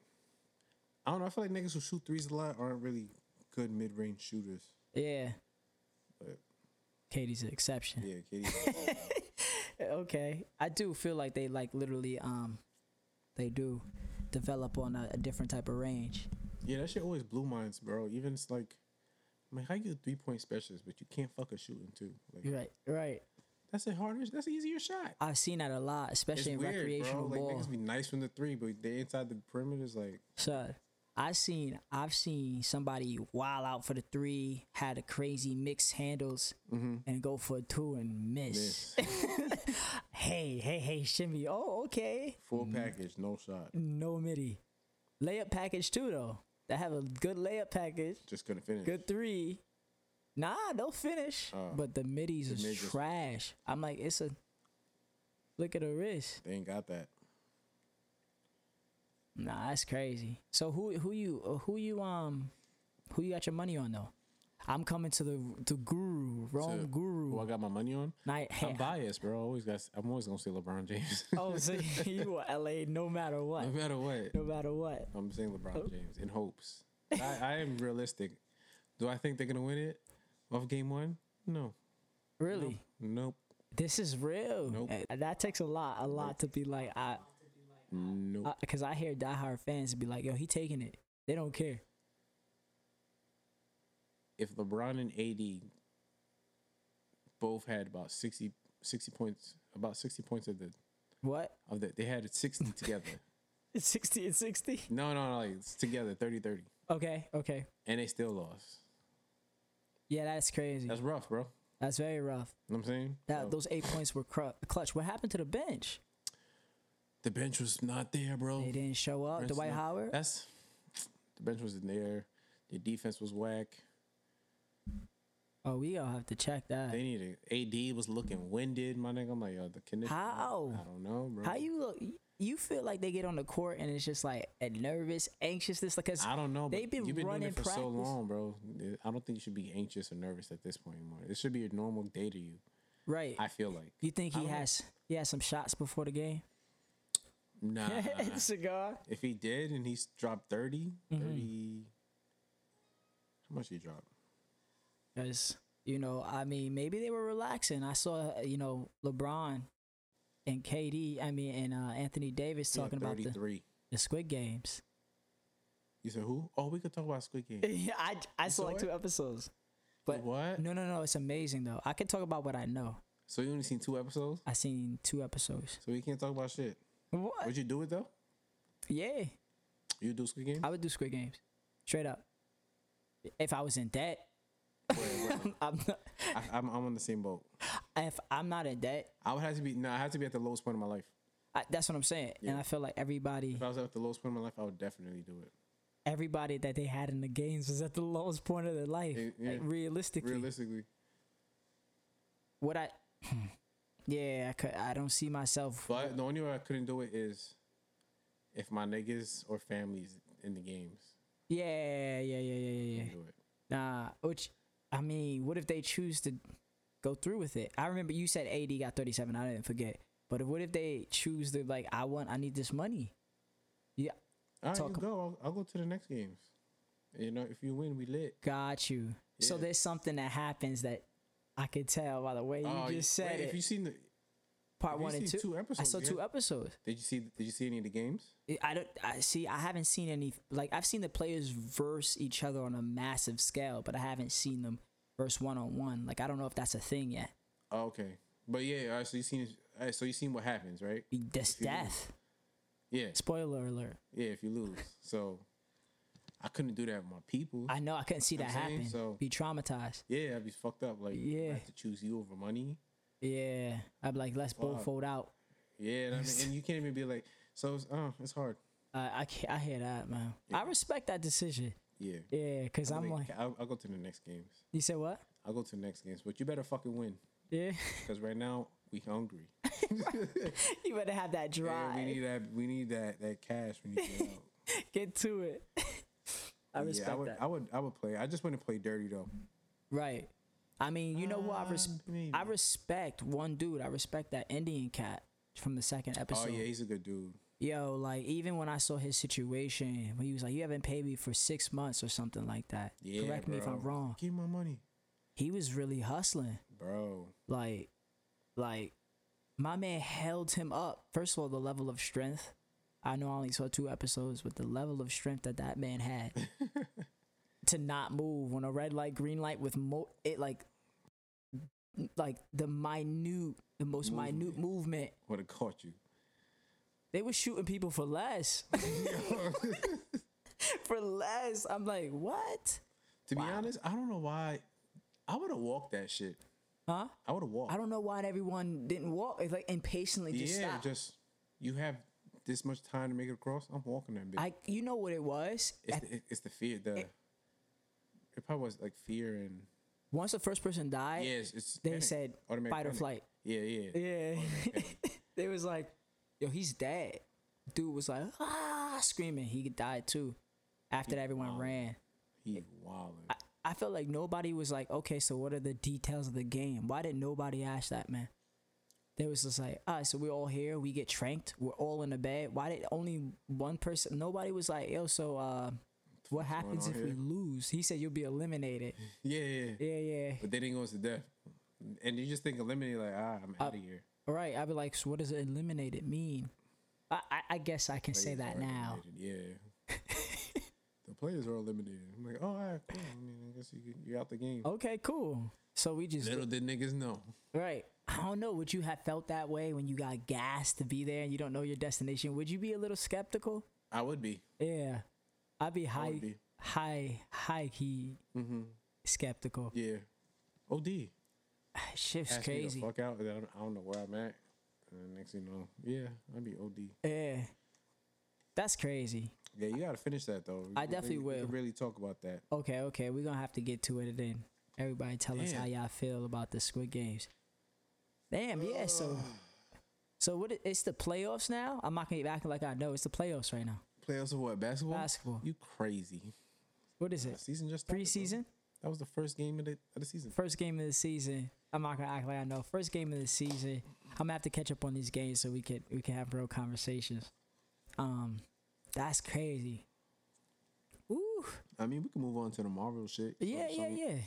Speaker 1: I don't know. I feel like niggas who shoot threes a lot aren't really good mid range shooters.
Speaker 2: yeah.
Speaker 1: But
Speaker 2: KD's an exception.
Speaker 1: yeah, Katie.
Speaker 2: Okay, I do feel like they like literally um they do develop on a, a different type of range.
Speaker 1: yeah, that shit always blew minds, bro. Even it's like, I mean, how you a three point specialist, but you can't fuck a shooting too. Like
Speaker 2: Right, right.
Speaker 1: that's a harder. That's an easier shot.
Speaker 2: I've seen that a lot,
Speaker 1: It's
Speaker 2: especially in
Speaker 1: weird, bro.
Speaker 2: recreational
Speaker 1: Like
Speaker 2: ball.
Speaker 1: niggas be nice from the three, but they inside the perimeter is like.
Speaker 2: So I seen I've seen somebody wild out for the three, had a crazy mix handles,
Speaker 1: Mm-hmm.
Speaker 2: and go for a two and miss. hey, hey, hey, shimmy. Oh, okay.
Speaker 1: Full package, no shot.
Speaker 2: No midi. Layup package too though. They have a good layup package.
Speaker 1: Just couldn't finish.
Speaker 2: Good three. Nah, they'll finish.
Speaker 1: Oh.
Speaker 2: but the middies is
Speaker 1: mid just-
Speaker 2: trash. I'm like, it's a look at the wrist.
Speaker 1: They ain't got that.
Speaker 2: Nah, that's crazy. So who who you uh, who you um who you got your money on though? I'm coming to the to Guru Rome
Speaker 1: So, Who
Speaker 2: Guru.
Speaker 1: Oh, I got my money on?
Speaker 2: Night. Hey,
Speaker 1: I'm biased, bro. I always got. I'm always gonna say LeBron James.
Speaker 2: oh, so you are LA no matter what,
Speaker 1: no matter what,
Speaker 2: no matter what.
Speaker 1: I'm saying LeBron James in hopes. I, I am realistic. Do I think they're gonna win it off game one? No.
Speaker 2: Really,
Speaker 1: Nope.
Speaker 2: this is real.
Speaker 1: Nope.
Speaker 2: Uh, That takes a lot, a lot to be like I,
Speaker 1: Nope.
Speaker 2: because I hear diehard fans be like, yo, he taking it. They don't care.
Speaker 1: if LeBron and AD both had about 60, 60 points, about sixty points of the
Speaker 2: What?
Speaker 1: of the, they had sixty together.
Speaker 2: It's sixty and sixty.
Speaker 1: No, no, no, like it's together 30-30.
Speaker 2: Okay, okay.
Speaker 1: and they still lost.
Speaker 2: Yeah, that's crazy.
Speaker 1: That's
Speaker 2: That's,
Speaker 1: rough, bro.
Speaker 2: very rough.
Speaker 1: You know what I'm saying?
Speaker 2: That
Speaker 1: So,
Speaker 2: those eight points were cru- clutch. What happened to the bench?
Speaker 1: the bench was not there, bro.
Speaker 2: They didn't show up.
Speaker 1: Bench
Speaker 2: Dwight
Speaker 1: not-
Speaker 2: Howard.
Speaker 1: That's the bench was in there. The defense was whack.
Speaker 2: Oh, we gonna have to check that.
Speaker 1: They needed AD was looking winded, my nigga. I'm like, yo, the condition.
Speaker 2: How?
Speaker 1: I don't know, bro.
Speaker 2: How you look? You feel like they get on the court and it's just like a nervous, anxiousness because
Speaker 1: I don't know. But
Speaker 2: They've been
Speaker 1: you've been doing
Speaker 2: running
Speaker 1: it for so
Speaker 2: practice.
Speaker 1: long, bro. I don't think you should be anxious or nervous at this point anymore. It should be a normal day to you.
Speaker 2: right.
Speaker 1: I feel like.
Speaker 2: you think
Speaker 1: I
Speaker 2: he
Speaker 1: don't know.
Speaker 2: has he has some shots before the game?
Speaker 1: Nah.
Speaker 2: Cigar.
Speaker 1: if he did and he's dropped 30,
Speaker 2: Mm-hmm.
Speaker 1: 30 how much he dropped?
Speaker 2: Because you know, I mean, maybe they were relaxing. I saw uh, you know LeBron and KD. I mean, and uh, Anthony Davis
Speaker 1: Yeah,
Speaker 2: talking about the,
Speaker 1: 33.
Speaker 2: the Squid Games.
Speaker 1: You said who? Oh, we could talk about Squid Game.
Speaker 2: Yeah, I I saw
Speaker 1: saw
Speaker 2: like
Speaker 1: it?
Speaker 2: two episodes. But
Speaker 1: What?
Speaker 2: No, no, no. It's amazing though. I can talk about what I know.
Speaker 1: So you only seen two episodes?
Speaker 2: I seen two episodes.
Speaker 1: So we can't talk about shit.
Speaker 2: What?
Speaker 1: Would you do it though?
Speaker 2: Yeah,
Speaker 1: You do Squid Game?
Speaker 2: I would do Squid Games, straight up. If I was in debt, I'm not,
Speaker 1: I, I'm, I'm on the same boat.
Speaker 2: if I'm not in debt,
Speaker 1: I would have to be. No, I have to be at the lowest point of my life.
Speaker 2: I, that's what I'm saying. And
Speaker 1: Yeah.
Speaker 2: I feel like everybody,
Speaker 1: If I was at the lowest point of my life, I would definitely do it.
Speaker 2: everybody that they had in the games was at the lowest point of their life.
Speaker 1: Yeah, yeah.
Speaker 2: Like, realistically,
Speaker 1: Realistically,
Speaker 2: what I, yeah, I could. I don't see myself.
Speaker 1: but the only way I couldn't do it is if my niggas or families in the games
Speaker 2: yeah, yeah, yeah, yeah, yeah, yeah.
Speaker 1: can do it.
Speaker 2: Nah, which I mean, what if they choose to go through with it? I remember you said AD got 37. I didn't forget. But what if they choose to like? I want. I need this money. Yeah,
Speaker 1: All right,
Speaker 2: Talk-
Speaker 1: you go. I'll, I'll go to the next games. You know, if you win, we lit.
Speaker 2: got you. So
Speaker 3: Yeah.
Speaker 2: there's something that happens that I could tell by the way you
Speaker 1: Oh,
Speaker 2: just said
Speaker 1: wait,
Speaker 2: it.
Speaker 1: If you seen the,
Speaker 2: part
Speaker 1: if you
Speaker 2: one and
Speaker 1: see
Speaker 2: two.
Speaker 1: two
Speaker 2: I
Speaker 1: episodes,
Speaker 2: saw
Speaker 1: yeah.
Speaker 2: two episodes.
Speaker 1: did you see? Did you see any of the games?
Speaker 2: I- I don't. I see. I haven't seen any. Like I've seen the players verse each other on a massive scale, but I haven't seen them verse one on one. Like I don't know if that's a thing yet.
Speaker 1: Oh, okay, but yeah. All right, so you seen? All right, so you seen what happens, right?
Speaker 2: That's
Speaker 1: If you-
Speaker 2: death.
Speaker 1: Yeah,
Speaker 2: Spoiler alert.
Speaker 1: yeah. If you lose, so I couldn't do that with my people.
Speaker 2: I know I couldn't see
Speaker 1: You know
Speaker 2: that
Speaker 1: what I'm saying?
Speaker 2: happen.
Speaker 1: So-
Speaker 2: Be traumatized.
Speaker 1: yeah, I'd be fucked up. Like, yeah,
Speaker 2: Yeah.
Speaker 1: I have to choose you over money.
Speaker 2: Yeah. I'd be like, let's both
Speaker 1: Fuck.
Speaker 2: fold out.
Speaker 1: Yeah, and, I mean, and you can't even be like, so it's, uh, it's hard.
Speaker 2: Uh, I ca- I hear that man. I respect that decision.
Speaker 1: Yeah,
Speaker 2: Yeah, cause I'm like,
Speaker 1: I'll, I'll go to the next games.
Speaker 2: you said what?
Speaker 1: I'll go to the next games, but you better fucking win
Speaker 2: Yeah.
Speaker 1: because right now we hungry.
Speaker 2: you better have that
Speaker 3: Yeah,
Speaker 2: drive.
Speaker 3: we need that. We need that. That cash. We need to get out.
Speaker 2: Get to it. I
Speaker 3: Yeah,
Speaker 2: respect
Speaker 3: I would,
Speaker 2: that.
Speaker 3: I would. I would play. I just wouldn't play dirty though.
Speaker 2: Right. I mean, you know who I res-
Speaker 1: Um, maybe.
Speaker 2: I respect one dude. I respect that Indian cat from the second
Speaker 3: Oh
Speaker 2: episode.
Speaker 3: yeah, he's a good dude.
Speaker 2: Yo, like even when I saw his situation, when he was like, "You haven't paid me for six months or something like that."
Speaker 1: Yeah,
Speaker 2: Correct me if I'm
Speaker 1: bro.
Speaker 2: wrong.
Speaker 3: Give me my money,
Speaker 2: He was really hustling.
Speaker 3: bro.
Speaker 2: Like, like my man held him up. First of all, the level of strength. I know I only saw two episodes, but the level of strength that that man had to not move when a red light, green light with mo it like like the minute, the most minute movement.
Speaker 3: Would have caught you.
Speaker 2: They were shooting people for less, for less. I'm like, what?
Speaker 1: To be honest, I don't know why. I would have walked that shit.
Speaker 2: Huh?
Speaker 1: I would have walked.
Speaker 2: I don't know why everyone didn't walk. It's like impatiently just
Speaker 1: yeah,
Speaker 2: stopped.
Speaker 1: just you have this much time to make it across. I'm walking that bitch.
Speaker 2: I, you know what it was?
Speaker 1: it's, the, it's the fear. The it, probably was like fear and
Speaker 2: Once the first person died,
Speaker 1: yeah. It's, it's
Speaker 2: they
Speaker 1: panic,
Speaker 2: said
Speaker 1: automatic
Speaker 2: fight or
Speaker 1: panic.
Speaker 2: flight.
Speaker 1: Yeah, yeah,
Speaker 2: Yeah. they was like, yo, he's dead. Dude was like, ah, screaming. He died too. After that, everyone ran.
Speaker 1: He wilding.
Speaker 2: I, I felt like nobody was like, okay, so what are the details of the game? Why did nobody ask that, man? They was just like, all right, so we're all here. We get tranked. We're all in the bed. Why did only one person? Nobody was like, yo, so uh, what happens
Speaker 1: on
Speaker 2: if we
Speaker 1: here?
Speaker 2: lose? He said you'll be eliminated.
Speaker 1: yeah, yeah, yeah.
Speaker 2: yeah, yeah.
Speaker 1: But they didn't go to death, and you just think eliminate like ah, I'm out of here.
Speaker 2: All right. I'd be like, so what does eliminated mean? I, I, I guess I can say
Speaker 1: Players
Speaker 2: that
Speaker 1: are
Speaker 2: now.
Speaker 1: eliminated, Yeah. the players are eliminated. I'm like, oh, all right, cool. I mean, I guess you, you're out the game.
Speaker 2: Okay, cool. So we just
Speaker 1: Little did niggas know.
Speaker 2: right. I don't know. Would you have felt that way when you got gassed to be there and you don't know your destination? Would you be a little skeptical?
Speaker 1: I would be.
Speaker 2: Yeah, I'd be
Speaker 1: I
Speaker 2: high,
Speaker 1: would be.
Speaker 2: high, high key
Speaker 1: Mm-hmm.
Speaker 2: skeptical.
Speaker 1: Yeah. OD.
Speaker 2: Shit's
Speaker 1: Ask
Speaker 2: crazy.
Speaker 1: Me the fuck out. and I don't, I don't know where I'm at. And then next thing you know, yeah, I'd be OD.
Speaker 2: Yeah, that's crazy.
Speaker 1: Yeah, you gotta finish that though.
Speaker 2: I
Speaker 1: We can
Speaker 2: definitely
Speaker 1: really, we can
Speaker 2: will.
Speaker 1: really talk about that.
Speaker 2: Okay, okay, we're gonna have to get to it then. Everybody tell us
Speaker 1: Damn.
Speaker 2: how y'all feel about the Squid Games. Damn, yeah, so so what it- it's the playoffs now? I'm not gonna be acting like I know. It's the playoffs right now.
Speaker 1: Playoffs of what? Basketball.
Speaker 2: Basketball.
Speaker 1: You crazy.
Speaker 2: What is
Speaker 1: The
Speaker 2: it?
Speaker 1: season just started, bro.
Speaker 2: Preseason?
Speaker 1: That was the first game of the, of the season.
Speaker 2: First game of the season. I'm not gonna act like I know. First game of the season. I'm gonna have to catch up on these games so we could we can have real conversations. Um that's crazy. Ooh.
Speaker 1: I mean, we can move on to the Marvel shit.
Speaker 2: Yeah,
Speaker 1: Shang-
Speaker 2: yeah,
Speaker 1: Shang-
Speaker 2: yeah.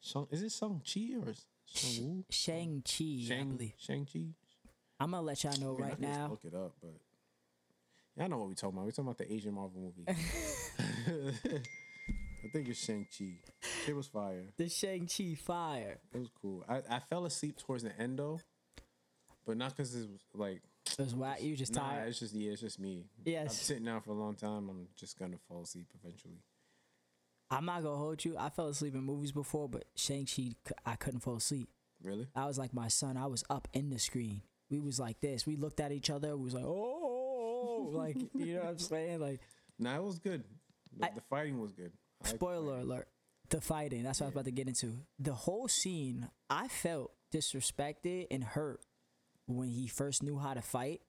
Speaker 1: Shang- is it Shang Chi or is- Shang-Wu?
Speaker 2: Shang Chi, I
Speaker 1: Shang
Speaker 2: believe.
Speaker 1: Shang Chi?
Speaker 2: I'm gonna let y'all know
Speaker 1: I mean, I
Speaker 2: right
Speaker 1: can just
Speaker 2: now.
Speaker 1: Look it up, but y'all know what we talking about. We talking about the Asian Marvel movie. I think it's Shang Chi. It was fire.
Speaker 2: The Shang Chi fire.
Speaker 1: It was cool. I, I fell asleep towards the end though, but not because it was like
Speaker 2: It was whack. You just
Speaker 1: nah.
Speaker 2: tired.
Speaker 1: It's just yeah, it's just me. I'm
Speaker 2: Yes.
Speaker 1: sitting down for a long time. I'm just gonna fall asleep eventually.
Speaker 2: I'm not gonna hold you. I fell asleep in movies before, but Shang Chi, I couldn't fall asleep.
Speaker 1: Really?
Speaker 2: I was like my son. I was up in the screen. We was like this. We looked at each other. We was like, oh, like you know what I'm saying? Like
Speaker 1: Nah, it was good. The,
Speaker 2: I-
Speaker 1: the fighting was good. I liked the
Speaker 2: spoiler
Speaker 1: fighting.
Speaker 2: alert. The fighting. That's what I was about to get into. The whole scene. I felt disrespected and hurt when he first knew how to fight.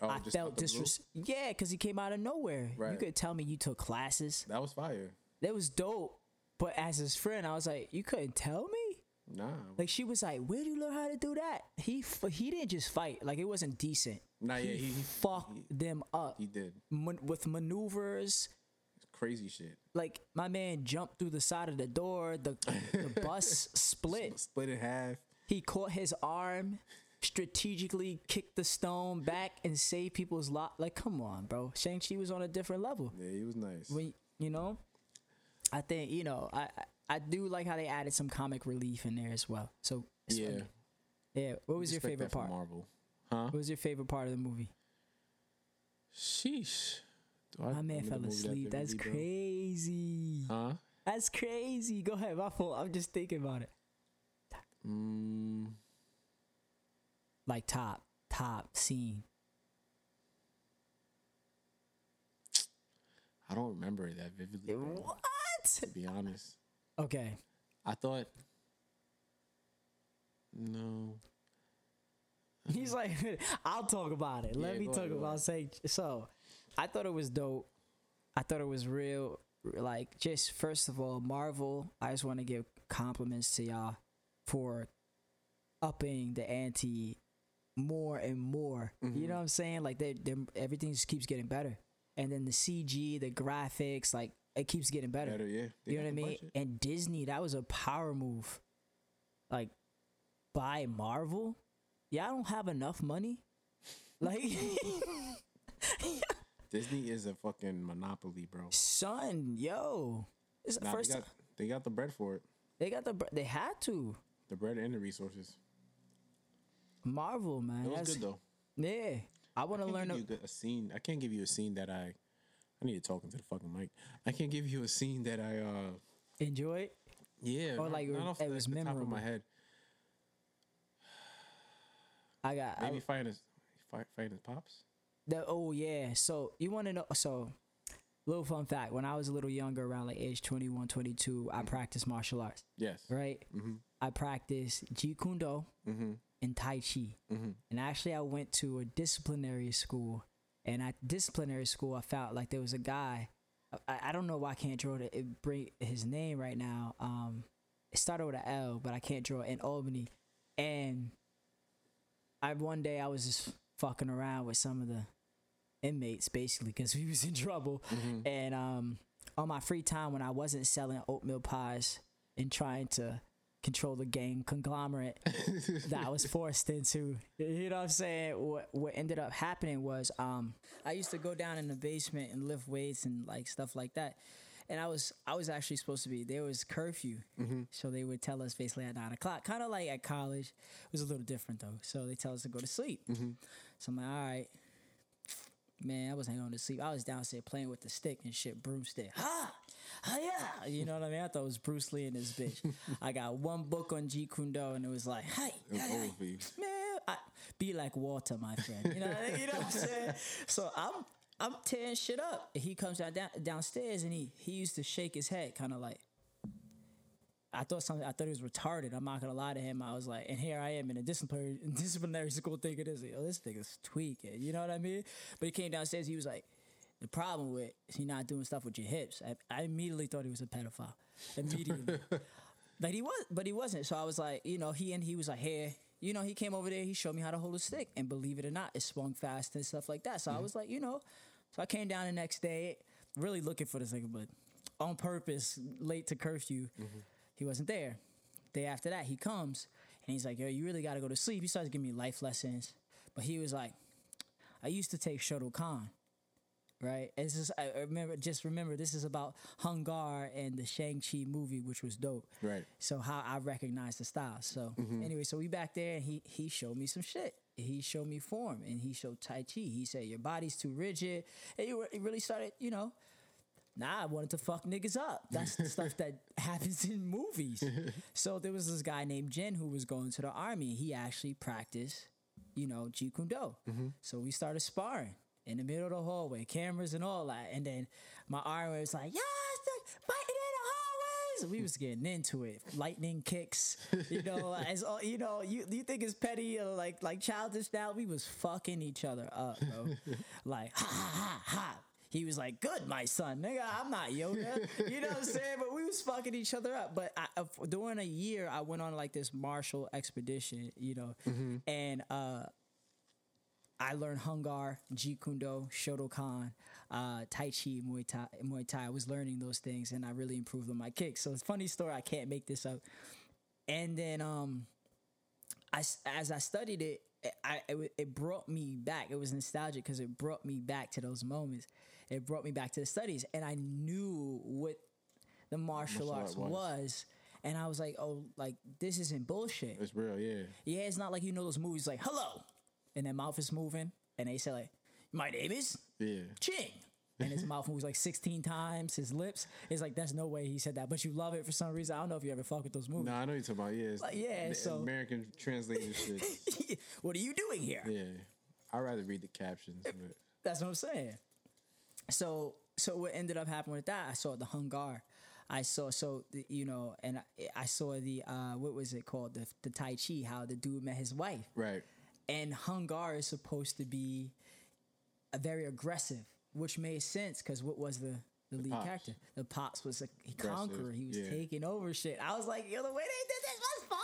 Speaker 1: Oh,
Speaker 2: I
Speaker 1: just
Speaker 2: felt
Speaker 1: out the blue?
Speaker 2: disrespect. Yeah, because he came out of nowhere. You
Speaker 1: Right.
Speaker 2: could tell me you took classes.
Speaker 1: That was fire.
Speaker 2: That was dope. But as his friend, I was like, you couldn't tell me.
Speaker 1: Nah,
Speaker 2: Like she was like, "Where do you learn how to do that?" He f- he didn't just fight. Like it wasn't decent.
Speaker 1: nah. Yeah, he, he
Speaker 2: Fucked them up
Speaker 1: he did.
Speaker 2: man- with maneuvers,
Speaker 3: crazy shit.
Speaker 2: Like my man jumped through the side of the door. The the bus split.
Speaker 3: Split in half.
Speaker 2: He caught his arm, strategically kicked the stone back and saved people's lot. Like, come on, bro. Shang Chi was on a different level.
Speaker 3: Yeah, he was nice.
Speaker 2: When you know, I think you know. I I- I do like how they added some comic relief in there as well. So it's
Speaker 1: yeah.
Speaker 2: funny. yeah. What was your
Speaker 1: Respect
Speaker 2: favorite
Speaker 1: that from
Speaker 2: part?
Speaker 1: Marvel. Huh?
Speaker 2: What was your favorite part of the movie?
Speaker 1: Sheesh. Do I
Speaker 2: My man
Speaker 1: remember
Speaker 2: fell
Speaker 1: the movie that
Speaker 2: asleep.
Speaker 1: vividly,
Speaker 2: That's
Speaker 1: bro?
Speaker 2: crazy.
Speaker 1: Huh?
Speaker 2: That's crazy. Go ahead, my fault. I'm just thinking about it.
Speaker 1: Mm,
Speaker 2: Like top, top scene.
Speaker 1: I don't remember it that vividly. Bro,
Speaker 2: What?
Speaker 1: to be honest,
Speaker 2: Okay.
Speaker 1: I thought. No.
Speaker 2: He's like, I'll talk about it. Let
Speaker 1: Yeah,
Speaker 2: me
Speaker 1: go
Speaker 2: talk
Speaker 1: ahead, go
Speaker 2: about
Speaker 1: ahead.
Speaker 2: say so. I thought it was dope. I thought it was real. Like, just first of all, Marvel. I just want to give compliments to y'all for upping the ante more and more.
Speaker 1: Mm-hmm.
Speaker 2: You know what I'm saying? Like, they, they everything just keeps getting better. And then the CG, the graphics, like it keeps getting better.
Speaker 3: Better, yeah. They
Speaker 2: You
Speaker 3: got
Speaker 2: know what I
Speaker 3: the
Speaker 2: mean?
Speaker 3: budget.
Speaker 2: And Disney, that was a power move. Like by Marvel, y'all don't have enough money. Like,
Speaker 3: Disney is a fucking monopoly, bro.
Speaker 2: son, yo, it's the
Speaker 3: Nah,
Speaker 2: first
Speaker 3: they, got,
Speaker 2: time
Speaker 3: they got the bread for it.
Speaker 2: they got the br- they had to
Speaker 3: The bread and the resources.
Speaker 2: Marvel man.
Speaker 1: It was
Speaker 2: That's,
Speaker 1: good though.
Speaker 2: Yeah, I want
Speaker 1: I
Speaker 2: to
Speaker 1: can't
Speaker 2: learn.
Speaker 1: give
Speaker 2: A,
Speaker 1: you a, good- a scene. I can't give you a scene that I. I need to talk into the fucking mic. I can't give you a scene that I. uh
Speaker 2: enjoy it.
Speaker 1: Yeah.
Speaker 2: Or, like, it
Speaker 1: the-
Speaker 2: was
Speaker 1: the top of
Speaker 2: memorable.
Speaker 1: my head.
Speaker 2: I got I-
Speaker 1: Maybe fighting his fight, fighting his pops.
Speaker 2: The, oh yeah. So you want to know? So little fun fact: when I was a little younger, around like age 21, 22, I practiced martial arts.
Speaker 1: Yes.
Speaker 2: Right.
Speaker 1: Mhm.
Speaker 2: I practiced Jeet Kune Do
Speaker 1: Mhm.
Speaker 2: and Tai Chi.
Speaker 1: Mhm.
Speaker 2: And actually, I went to a disciplinary school. And at disciplinary school, I felt like there was a guy. I, I don't know why I can't draw the, it bring his name right now. Um, it started with an L, but I can't draw it in Albany. And I one day I was just fucking around with some of the inmates basically because we was in trouble. And um, on my free time when I wasn't selling oatmeal pies and trying to control the gang conglomerate that I was forced into. You know what I'm saying? What what ended up happening was um I used to go down in the basement and lift weights and like stuff like that. And I was I was actually supposed to be there was curfew, so they would tell us basically at nine o'clock, kind of like at college. It was a little different though, so they tell us to go to sleep. So I'm like, all right, man, I wasn't going to sleep. I was downstairs playing with the stick and shit, broomstick. Ha! Ha! Yeah! You know what I mean? I thought it was Bruce Lee and this bitch. I got one book on Jeet Kune Do and it was like, hey,
Speaker 1: Oh,
Speaker 3: It was over for you.
Speaker 2: man, I, be like water, my friend. You know, you know what I'm saying? So I'm I'm tearing shit up. And He comes down, down downstairs and he he used to shake his head, kind of like. I thought something. I thought he was retarded. I'm not gonna lie to him. I was like, and here I am in a disciplinary disciplinary school thinking this. Like, oh, this nigga's tweaking. You know what I mean? But he came downstairs. He was like, the problem with is he not doing stuff with your hips. I, I immediately thought he was a pedophile. Immediately. But he was, but he wasn't. So I was like, you know, he and he was like, here, you know, he came over there. He showed me how to hold a stick, and believe it or not, it swung fast and stuff like that. So I was like, you know, so I came down the next day, really looking for this nigga, but on purpose, late to curfew, he wasn't there. Day after that, he comes and he's like, yo, you really got to go to sleep. He starts giving me life lessons, but he was like, I used to take Shotokan. Right, it's just I remember. Just remember, this is about Hungar and the Shang Chi movie, which was dope
Speaker 1: Right.
Speaker 2: so how I recognize the style. So anyway, so we back there and he he showed me some shit. He showed me form and he showed Tai Chi. He said your body's too rigid. And he, he really started, you know. Nah, I wanted to fuck niggas up. That's the stuff that happens in movies. so there was this guy named Jin who was going to the army. He actually practiced, you know, Jeet Kune Do. So we started sparring in the middle of the hallway, cameras and all that. And then my arm was like, yeah, it's the- fighting in the hallways. We was getting into it, lightning kicks. You know, as all, you know, you you think it's petty or like like childish now. We was fucking each other up, bro. like ha ha ha ha. He was like, "Good, my son, nigga. I'm not yoga, you know what I'm saying." But we was fucking each other up. But I, uh, during a year, I went on like this martial expedition, you know, and uh, I learned Hungar, Jeet Kune Do, Shotokan, uh, Tai Chi, Muay Thai, Muay Thai. I was learning those things and I really improved on my kicks. So it's a funny story. I can't make this up. And then um, I s as I studied it, I it, wa- it brought me back. It was nostalgic because it brought me back to those moments. It brought me back to the studies, and I knew what the martial,
Speaker 1: Martial
Speaker 2: arts
Speaker 1: art was.
Speaker 2: was. And I was like, oh, like this isn't bullshit.
Speaker 1: It's real, yeah.
Speaker 2: Yeah, it's not like you know those movies like hello, and their mouth is moving, and they say like, my name is
Speaker 1: Yeah.
Speaker 2: Ching, and his mouth moves like sixteen times. His lips, it's like that's no way he said that, but you love it for some reason. I don't know if you ever fuck with those movies.
Speaker 1: No, I know you're talking about, yeah. It's
Speaker 2: Like, yeah,
Speaker 1: the
Speaker 2: so-
Speaker 1: American translated shit.
Speaker 2: what are you doing here?
Speaker 1: Yeah. I'd rather read the captions, but
Speaker 2: That's what I'm saying. So so what ended up happening with that? I saw the Hungar. I saw so the, you know, and I, I saw the uh, what was it called the the Tai Chi? How the dude met his wife.
Speaker 1: right.
Speaker 2: and Hungar is supposed to be a very aggressive, which made sense because what was the the, lead
Speaker 1: Pops.
Speaker 2: character? The pops was a conqueror. He was
Speaker 1: yeah.
Speaker 2: taking over shit. I was like, yo, the way they did this was fire.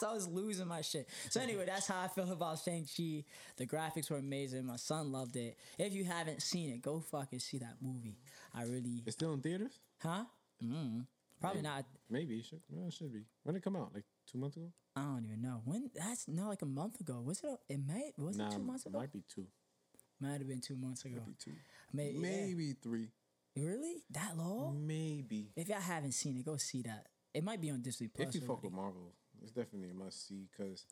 Speaker 2: So I was losing my shit. So anyway, that's how I feel about Shang Chi. The graphics were amazing. My son loved it. If you haven't seen it, go fucking see that movie. I really,
Speaker 1: It's still in theaters?
Speaker 2: huh? Mm, probably not.
Speaker 1: Maybe. It should, well, it should be. When did it come out? Like two months ago?
Speaker 2: I don't even know when. That's not like a month ago. Was it? It may. Was it two months ago?
Speaker 1: Might be two.
Speaker 2: Might have been two months ago.
Speaker 1: Be two.
Speaker 2: May- yeah.
Speaker 1: Maybe three.
Speaker 2: Really? That long?
Speaker 1: Maybe.
Speaker 2: If y'all haven't seen it, go see that. It might be on Disney Plus.
Speaker 1: Mm. If you fuck
Speaker 2: already.
Speaker 1: with Marvel, it's definitely a must see because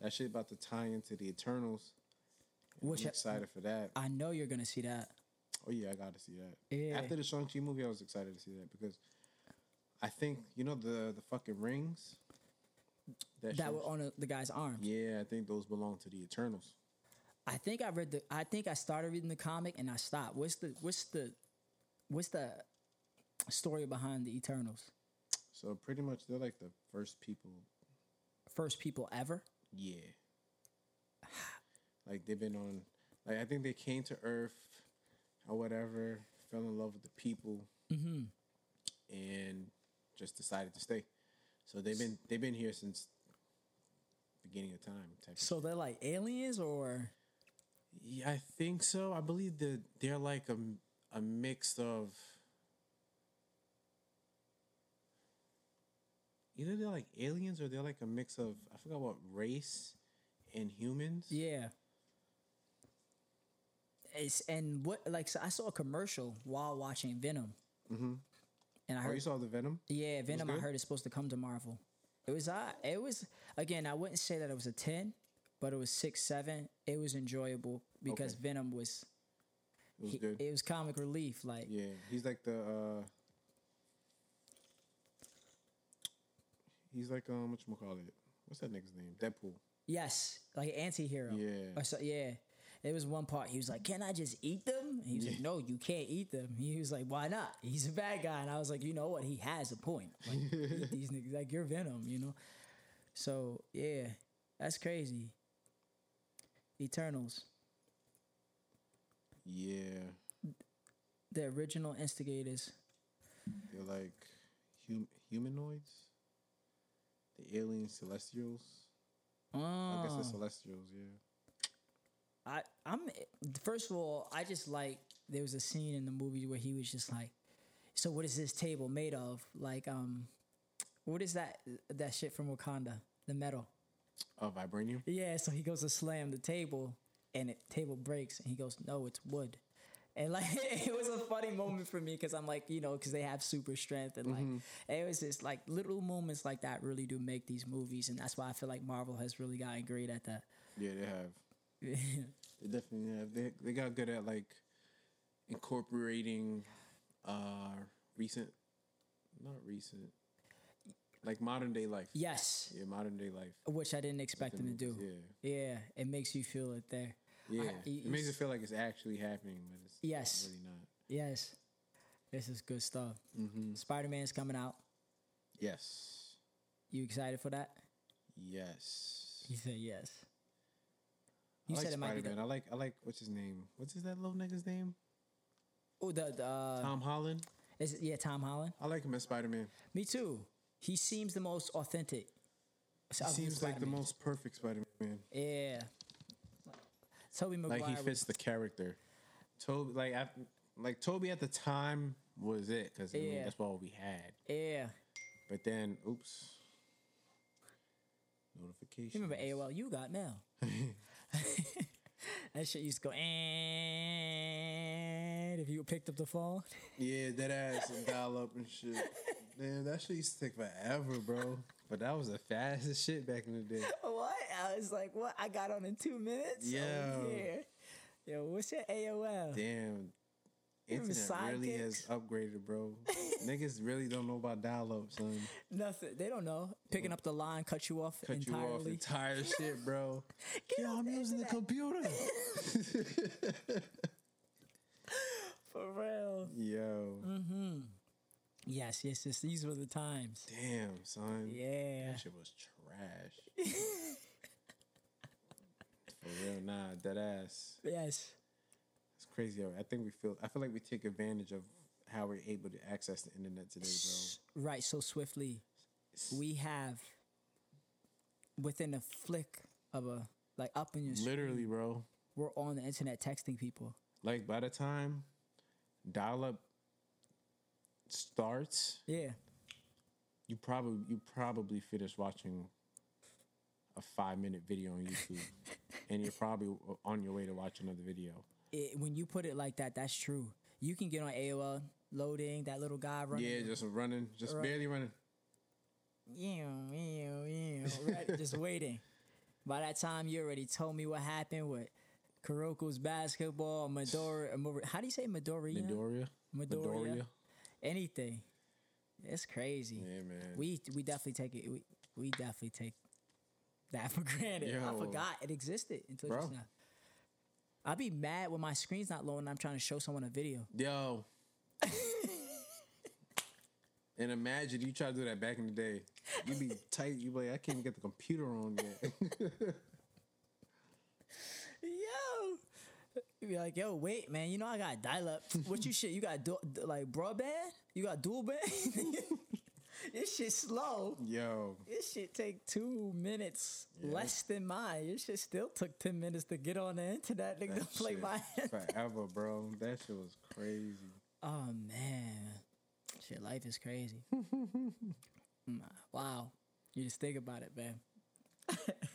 Speaker 1: that shit about to tie into the Eternals.
Speaker 2: Which
Speaker 1: I'm
Speaker 2: I-
Speaker 1: excited for that.
Speaker 2: I know you're gonna see that.
Speaker 1: Oh yeah, I gotta see that.
Speaker 2: Yeah.
Speaker 1: After the Shang Chi movie, I was excited to see that because I think you know the the fucking rings.
Speaker 2: That
Speaker 1: shit-
Speaker 2: were on a, the guy's arm.
Speaker 1: Yeah, I think those belong to the Eternals.
Speaker 2: I think I read the. I think I started reading the comic and I stopped. What's the What's the What's the story behind the Eternals?
Speaker 1: So pretty much they're like the first people.
Speaker 2: First people ever.
Speaker 1: Yeah. Like they've been on. Like I think they came to Earth, or whatever, fell in love with the people,
Speaker 2: Mm-hmm.
Speaker 1: and just decided to stay. So they've been they've been here since beginning of time. Type of
Speaker 2: So they're like aliens, or
Speaker 1: Yeah, I think so. I believe that they're like a, m- a mix of either they're like aliens or they're like a mix of I forgot what race and humans.
Speaker 2: yeah. It's and what like so I saw a commercial while watching Venom,
Speaker 1: Mm-hmm.
Speaker 2: and I
Speaker 1: Oh,
Speaker 2: heard
Speaker 1: you saw the Venom?
Speaker 2: Yeah, Venom. I
Speaker 1: good?
Speaker 2: heard is supposed to come to Marvel. It was I. It was again. I wouldn't say that it was a ten, but it was six, seven. It was enjoyable because
Speaker 1: Okay.
Speaker 2: Venom was.
Speaker 1: It was
Speaker 2: he-
Speaker 1: good.
Speaker 2: it was comic relief. Like
Speaker 1: yeah, he's like the. uh He's like um, what you call it? What's that nigga's name? Deadpool.
Speaker 2: yes, like an anti-hero.
Speaker 1: Yeah.
Speaker 2: Or so, yeah. It was one part. He was like, "Can I just eat them?" And he was like, "No, you can't eat them." He was like, "Why not?" He's a bad guy, and I was like, "You know what? He has a point. Like, eat these niggas, like you're Venom, you know." So yeah, that's crazy. Eternals.
Speaker 1: Yeah,
Speaker 2: the original instigators.
Speaker 1: they're like hum- humanoids. The alien celestials. I guess it's
Speaker 2: Oh,
Speaker 1: Celestials, yeah.
Speaker 2: I, I'm first of all, I just like there was a scene in the movie where he was just like, "So what is this table made of? Like, um, what is that that shit from Wakanda? The metal?
Speaker 1: Oh, Vibranium?
Speaker 2: Yeah." So he goes to slam the table, and it table breaks, and he goes, "No, it's wood." And like it was a funny moment for me because I'm like you know because they have super strength and like it was just like little moments like that really do make these movies and that's why I feel like Marvel has really gotten great at that.
Speaker 1: Yeah, they have. They definitely have. They they got good at like incorporating uh recent not recent. Like modern day life.
Speaker 2: yes,
Speaker 1: Yeah, modern day life.
Speaker 2: which I didn't expect them to do.
Speaker 1: Yeah.
Speaker 2: Yeah. it makes you feel it there.
Speaker 1: Yeah.
Speaker 2: you-
Speaker 1: it makes it feel like it's actually happening, but it's
Speaker 2: Yes.
Speaker 1: really not.
Speaker 2: Yes, this is good stuff.
Speaker 1: Mm-hmm.
Speaker 2: Spider Man's coming out.
Speaker 1: Yes.
Speaker 2: You excited for that?
Speaker 1: Yes.
Speaker 2: He said yes.
Speaker 1: I
Speaker 2: You
Speaker 1: like
Speaker 2: said it might be
Speaker 1: Spider Man.
Speaker 2: the
Speaker 1: I like I like what's his name? What's his that little nigga's name?
Speaker 2: oh the, the uh,
Speaker 1: Tom Holland.
Speaker 2: is it, yeah Tom Holland.
Speaker 1: I like him as Spider Man.
Speaker 2: Me too. He seems the most authentic.
Speaker 1: He seems like the most perfect Spider Man.
Speaker 2: Yeah. Toby Maguire.
Speaker 1: Like he
Speaker 2: was-
Speaker 1: fits the character. Toby, like I, like Toby at the time was it because I mean,
Speaker 2: Yeah.
Speaker 1: that's all we had.
Speaker 2: yeah.
Speaker 1: But then, oops.
Speaker 2: You
Speaker 1: Notification.
Speaker 2: remember AOL? You got mail. that shit used to go. And if you picked up the phone,
Speaker 1: Yeah, that ass and dial up and shit. Damn, that shit used to take forever, bro. But that was the fastest shit back in the day.
Speaker 2: what? I was like, what? I got on in two minutes.
Speaker 1: Yo.
Speaker 2: Oh, yeah. Yo, what's your AOL?
Speaker 1: Damn.
Speaker 2: Remember
Speaker 1: Internet really
Speaker 2: Sidekick?
Speaker 1: has upgraded, bro. Niggas really don't know about dial up, son.
Speaker 2: Nothing. They don't know. Picking up the line, cut you off
Speaker 1: Cut
Speaker 2: entirely.
Speaker 1: you off entire shit, bro.
Speaker 2: Get
Speaker 1: Yo,
Speaker 2: off
Speaker 1: I'm
Speaker 2: the
Speaker 1: using the computer.
Speaker 2: For real.
Speaker 1: Yo.
Speaker 2: Yes, yes, yes. These were the times.
Speaker 1: Damn, son.
Speaker 2: Yeah.
Speaker 1: That shit was trash. For real, nah, that ass.
Speaker 2: Yes.
Speaker 1: It's crazy. yo. I think we feel. I feel like we take advantage of how we're able to access the internet today, bro.
Speaker 2: Right. So swiftly, we have within a flick of a like up in your screen,
Speaker 1: Literally, bro.
Speaker 2: we're on the internet texting people.
Speaker 1: Like by the time dial-up starts,
Speaker 2: Yeah.
Speaker 1: you probably you probably finish watching a five-minute video on YouTube, and you're probably on your way to watch another video.
Speaker 2: It, when you put it like that, that's true. You can get on AOL loading that little guy running.
Speaker 1: Yeah, just running, just barely running.
Speaker 2: Yeah, yeah, yeah. Right, just waiting. By that time, you already told me what happened with Kuroko's basketball, Midori. uh, Midori- How do you say Midoriya?
Speaker 1: Midoriya.
Speaker 2: Midoriya. Anything. It's crazy.
Speaker 1: Yeah, man.
Speaker 2: We we definitely take it. We, we definitely take that for granted. I
Speaker 1: Yo.
Speaker 2: forgot it existed until
Speaker 1: Bro.
Speaker 2: just now. I'd be mad when my screen's not low and I'm trying to show someone a video.
Speaker 1: Yo. and imagine you try to do that back in the day. you be tight. you be like, I can't even get the computer on yet.
Speaker 2: Yo. You be like, yo, wait, man. You know I got dial up. What you shit? You got du- d- like broadband? You got dual band? this shit slow.
Speaker 1: Yo.
Speaker 2: This shit take two minutes
Speaker 1: Yeah.
Speaker 2: less than mine. This shit still took ten minutes to get on the internet. Nigga,
Speaker 1: That
Speaker 2: don't play
Speaker 1: shit
Speaker 2: my.
Speaker 1: forever, bro. That shit was crazy.
Speaker 2: Oh man, shit, life is crazy. Mm, wow, you just think about it, man.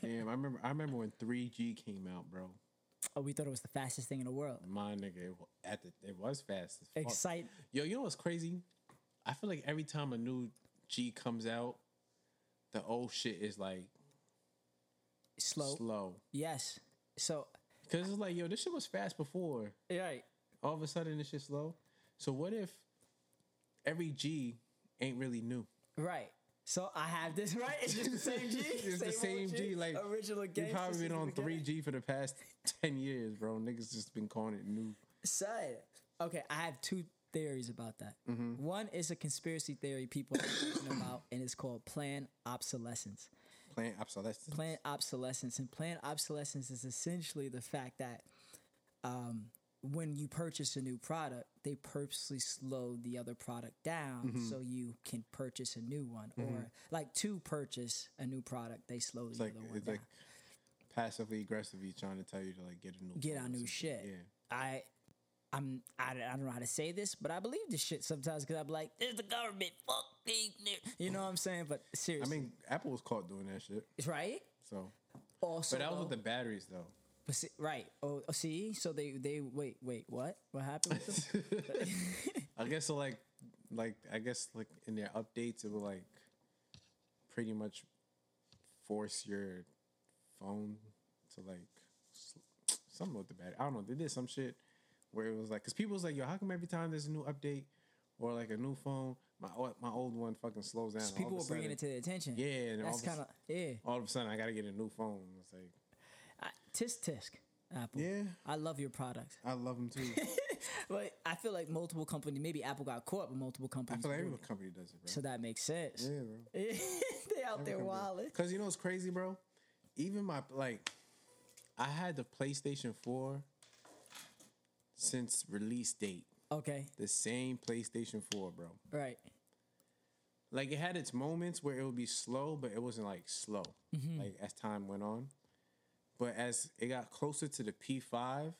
Speaker 1: Damn, I remember I remember when 3G came out, bro.
Speaker 2: Oh, we thought it was the fastest thing in the world.
Speaker 1: My nigga, it, wa- at the, it was fast as fuck.
Speaker 2: Excite.
Speaker 1: Yo, you know what's crazy? I feel like every time a new G comes out, the old shit is like
Speaker 2: slow.
Speaker 1: slow.
Speaker 2: Yes. So
Speaker 1: Cause it's like, yo, this shit was fast before.
Speaker 2: right.
Speaker 1: all of a sudden it's just slow. So what if every G ain't really new?
Speaker 2: Right. So I have this right. It's just the same G.
Speaker 1: It's the
Speaker 2: old
Speaker 1: same G, like,
Speaker 2: original
Speaker 1: You
Speaker 2: game.
Speaker 1: probably been on three G for the past ten years, bro. Niggas just been calling it new.
Speaker 2: Son. Okay, I have two theories about that.
Speaker 1: Mm-hmm.
Speaker 2: One is a conspiracy theory people are talking about, and it's called planned obsolescence.
Speaker 1: Plant obsolescence.
Speaker 2: planned obsolescence and planned obsolescence is essentially the fact that um, when you purchase a new product they purposely slow the other product down
Speaker 1: Mm-hmm.
Speaker 2: so you can purchase a new one or like to purchase a new product they slow the
Speaker 1: It's like
Speaker 2: other one
Speaker 1: it's
Speaker 2: down
Speaker 1: like passively aggressively trying to tell you to like get a new
Speaker 2: get
Speaker 1: phone
Speaker 2: our
Speaker 1: or
Speaker 2: new
Speaker 1: something.
Speaker 2: shit
Speaker 1: Yeah.
Speaker 2: i I'm, I, don't- I don't know how to say this, but I believe this shit sometimes because I'm like, there's the government, fuck these, nigg-" you know what I'm saying? But
Speaker 1: I
Speaker 2: seriously,
Speaker 1: mean, Apple was caught doing that shit.
Speaker 2: right?
Speaker 1: So,
Speaker 2: Also,
Speaker 1: but that was
Speaker 2: though-
Speaker 1: with the batteries though.
Speaker 2: But see, right. Oh, oh, see. So they they wait wait what what happened? With them?
Speaker 1: I guess so. Like, like I guess like in their updates, it will like pretty much force your phone to like s- something with the battery. I don't know. They did some shit where it was like, cause people was like, yo, how come every time there's a new update or like a new phone, my o- my old one fucking slows down.
Speaker 2: So people
Speaker 1: All
Speaker 2: were
Speaker 1: of a
Speaker 2: bringing it
Speaker 1: sudden-
Speaker 2: to their attention.
Speaker 1: yeah, and all
Speaker 2: that's
Speaker 1: of, a s-
Speaker 2: kind of yeah.
Speaker 1: all of a sudden I gotta get a new phone. It's like,
Speaker 2: I, tisk tisk. Apple.
Speaker 1: yeah,
Speaker 2: I love your product,
Speaker 1: I love them too.
Speaker 2: but I feel like multiple companies. Maybe Apple got caught, but multiple
Speaker 1: I
Speaker 2: companies.
Speaker 1: feel like
Speaker 2: do
Speaker 1: every
Speaker 2: it.
Speaker 1: company does it,
Speaker 2: So that makes sense.
Speaker 1: bro. Yeah, bro.
Speaker 2: they out there wilding.
Speaker 1: Because you know what's crazy, bro? Even my like, I had the PlayStation Four since release date.
Speaker 2: Okay,
Speaker 1: The same PlayStation Four, bro.
Speaker 2: right.
Speaker 1: Like it had its moments where it would be slow, but it wasn't like slow. Like as time went on, But as it got closer to the P5,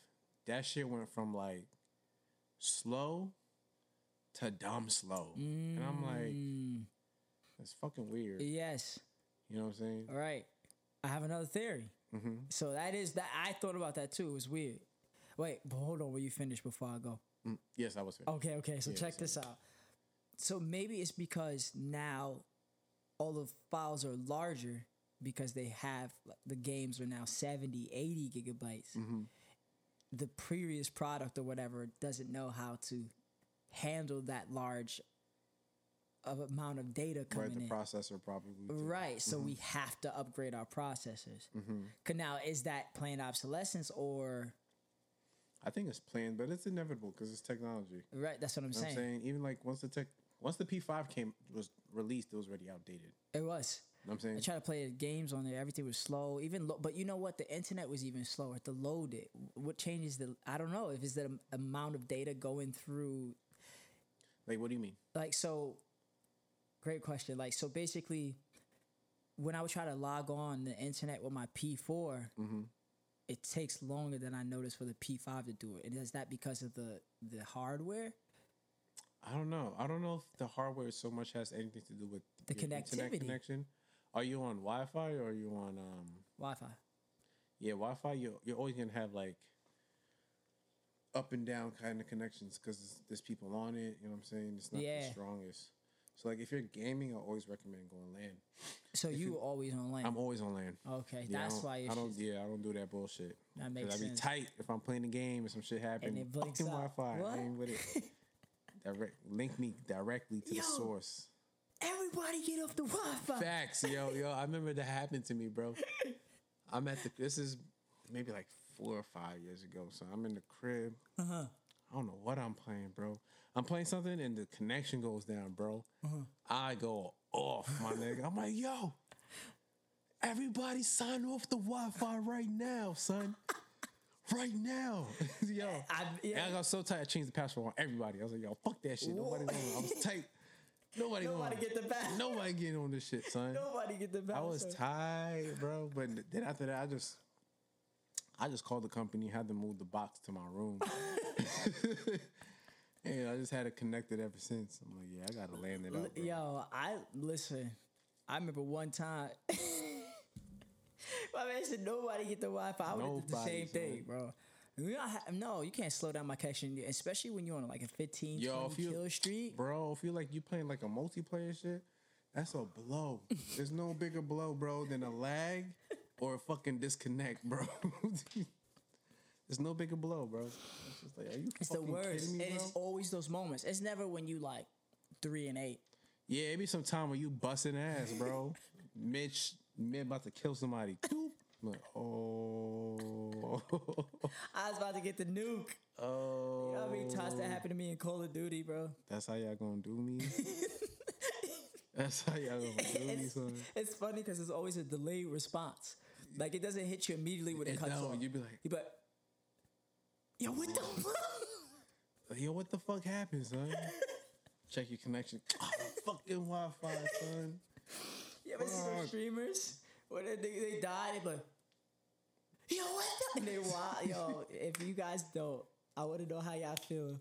Speaker 1: that shit went from like slow to dumb slow. And I'm like, that's fucking weird.
Speaker 2: Yes.
Speaker 1: You know what I'm saying?
Speaker 2: All right. I have another theory. So that is that I thought about that too. It was weird. Wait, but hold on. Will you finish before I go?
Speaker 1: Mm, Yes, I was. Here.
Speaker 2: Okay, okay. So check this out. So maybe it's because now all the files are larger because they have like, the games are now 70, 80 gigabytes. The previous product or whatever doesn't know how to handle that large of amount of data coming
Speaker 1: right, the
Speaker 2: in.
Speaker 1: processor probably. too. Mm-hmm.
Speaker 2: Right. So we have to upgrade our processors. 'Cause Now, is that planned obsolescence or
Speaker 1: I think it's planned, but it's inevitable because it's technology.
Speaker 2: right? That's what I'm,
Speaker 1: You know what
Speaker 2: saying.
Speaker 1: I'm saying even like once the tech, once the P5 came was released, it was already outdated.
Speaker 2: It was.
Speaker 1: You know what I'm saying?
Speaker 2: I tried to play games on there. Everything was slow. Even lo- but you know what? The internet was even slower to load it. What changes the? I don't know if it's the am- amount of data going through.
Speaker 1: like, what do you mean?
Speaker 2: Like so, great question. Like so, basically, when I would try to log on the internet with my P4,
Speaker 1: Mm-hmm.
Speaker 2: it takes longer than I noticed for the P5 to do it. And is that because of the the hardware?
Speaker 1: I don't know. I don't know if the hardware so much has anything to do with
Speaker 2: The
Speaker 1: your
Speaker 2: connectivity.
Speaker 1: connection. Are you on Wi-Fi or are you on? um
Speaker 2: Wi-Fi.
Speaker 1: Yeah, Wi-Fi. You're you're always gonna have like up and down kind of connections because there's people on it. You know what I'm saying? It's not the
Speaker 2: Yeah.
Speaker 1: strongest. So like if you're gaming, I always recommend going LAN.
Speaker 2: So you were always online.
Speaker 1: I'm always on LAN.
Speaker 2: okay,
Speaker 1: Yeah, I
Speaker 2: that's
Speaker 1: don't-
Speaker 2: why
Speaker 1: I
Speaker 2: it's
Speaker 1: don't. Yeah, I don't do that bullshit.
Speaker 2: That makes
Speaker 1: 'Cause I be
Speaker 2: sense.
Speaker 1: tight if I'm playing the game and some shit happens.
Speaker 2: it blinks
Speaker 1: fucking
Speaker 2: out.
Speaker 1: Wi-Fi.
Speaker 2: What?
Speaker 1: I ain't with it. Direct link me directly to
Speaker 2: Yo.
Speaker 1: the source.
Speaker 2: everybody get off the Wi-Fi.
Speaker 1: Facts, yo, yo. I remember that happened to me, bro. I'm at the. This is maybe like four or five years ago. So I'm in the crib.
Speaker 2: Uh-huh.
Speaker 1: I don't know what I'm playing, bro. I'm playing something and the connection goes down, bro.
Speaker 2: Uh-huh.
Speaker 1: I go off, my nigga. I'm like, yo, everybody sign off the Wi-Fi right now, son. Right now, yo.
Speaker 2: I,
Speaker 1: And I
Speaker 2: yeah,
Speaker 1: got so tight, I changed the password on everybody. I was like, yo, fuck that shit. Nobody's on. it. I was tight. Nobody,
Speaker 2: Nobody
Speaker 1: on.
Speaker 2: get the pass-
Speaker 1: Nobody getting on this shit, son.
Speaker 2: nobody get the
Speaker 1: I was
Speaker 2: password.
Speaker 1: tired, bro. But then after that, I just, I just called the company, had to move the box to my room, and I just had it connected ever since. I'm like, yeah, I gotta land it out, bro.
Speaker 2: Yo, I listen. I remember one time. my man said nobody get the Wi-Fi. I would have did the
Speaker 1: Nobody,
Speaker 2: same thing,
Speaker 1: son.
Speaker 2: bro. You know, I ha- no, you can't slow down my connection, especially when you're on like a 15,
Speaker 1: Yo,
Speaker 2: 20
Speaker 1: if you-
Speaker 2: kill street.
Speaker 1: bro. If you like, you playing like a multiplayer shit, that's a blow. There's no bigger blow, bro, than a lag or a fucking disconnect, bro. There's no bigger blow, bro. It's just like, are you
Speaker 2: It's the
Speaker 1: fucking
Speaker 2: worst.
Speaker 1: kidding me,
Speaker 2: and
Speaker 1: bro?
Speaker 2: it's always those moments. It's never when you like three and eight.
Speaker 1: Yeah, it be some time when you busting ass, bro. Mitch, mid about to kill somebody. Doop. I'm like, oh,
Speaker 2: I was about to get the nuke.
Speaker 1: oh.
Speaker 2: You know how many times that happened to me in Call of Duty, bro?
Speaker 1: That's how y'all gonna do me. That's how y'all gonna do me,
Speaker 2: It's,
Speaker 1: son.
Speaker 2: it's funny because there's always a delayed response. Like it doesn't hit you immediately when it,
Speaker 1: It
Speaker 2: cuts
Speaker 1: don't.
Speaker 2: off.
Speaker 1: You be like-
Speaker 2: you be like, yo, what the fuck?
Speaker 1: Like, Yo, what the fuck happened, son? Check your connection. Oh, fucking Wi-Fi, son.
Speaker 2: You ever see those
Speaker 1: Fuck.
Speaker 2: streamers when they, they, they die? They be like, yo, what the? And they wild, yo. If you guys don't, I want to know how y'all feel.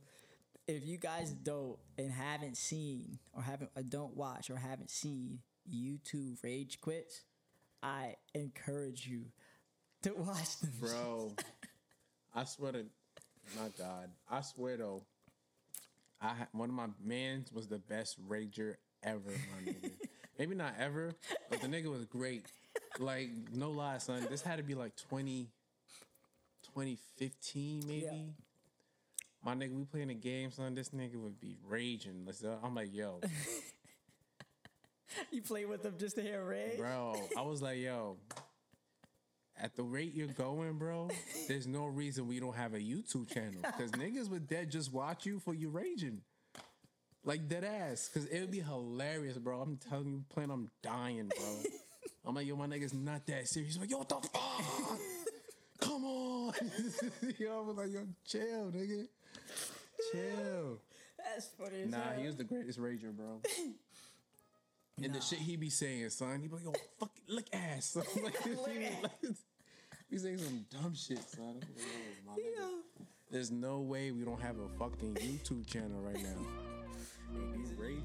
Speaker 2: If you guys don't and haven't seen or haven't or don't watch or haven't seen YouTube rage quits, I encourage you to watch them.
Speaker 1: Bro, I swear to my God, I swear though, I ha- one of my mans was the best rager ever, my nigga. Maybe not ever, but the nigga was great. Like no lie, son, this had to be like 20, 2015 maybe.
Speaker 2: Yeah.
Speaker 1: My nigga, we playing a game, son. This nigga would be raging. Like, so I'm like, yo,
Speaker 2: You play with them just to hear rage.
Speaker 1: bro. I was like, yo, at the rate you're going, bro, there's no reason we don't have a YouTube channel because niggas with dead just watch you for you raging, like dead ass. Because it would be hilarious, bro. I'm telling you, plan I'm dying, bro. I'm like, yo, my nigga's not that serious. Like, yo, what the fuck? Come on, yo. I was like, yo, chill, nigga, chill.
Speaker 2: That's funny. As
Speaker 1: Nah,
Speaker 2: hell.
Speaker 1: he was the greatest rager, bro. And
Speaker 2: Nah.
Speaker 1: the shit he be saying, son, he be like, yo, fuck, lick ass. son. Like, this
Speaker 2: Lick
Speaker 1: nigga, like, We saying some dumb shit, son. I'm like, "Oh, my nigga." There's no way we don't have a fucking YouTube channel right now. He's raging.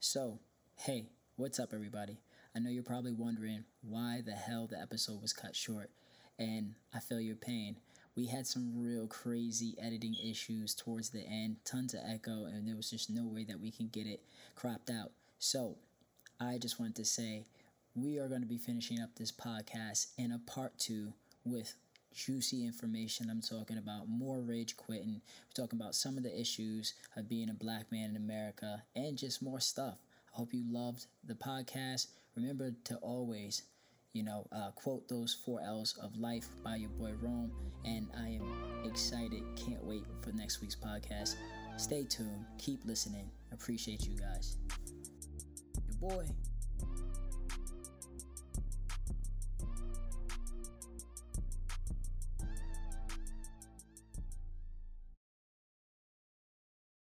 Speaker 4: So, hey, what's up, everybody? I know you're probably wondering why the hell the episode was cut short, and I feel your pain. We had some real crazy editing issues towards the end, tons of echo, and there was just no way that we can get it cropped out. So, I just wanted to say we are going to be finishing up this podcast in a part two with juicy information. I'm talking about more rage quitting. We're talking about some of the issues of being a black man in America and just more stuff. I hope you loved the podcast. Remember to always, you know, uh, quote those four L's of life by your boy Rome. And I am excited. Can't wait for next week's podcast. Stay tuned. Keep listening. Appreciate you guys. Your boy.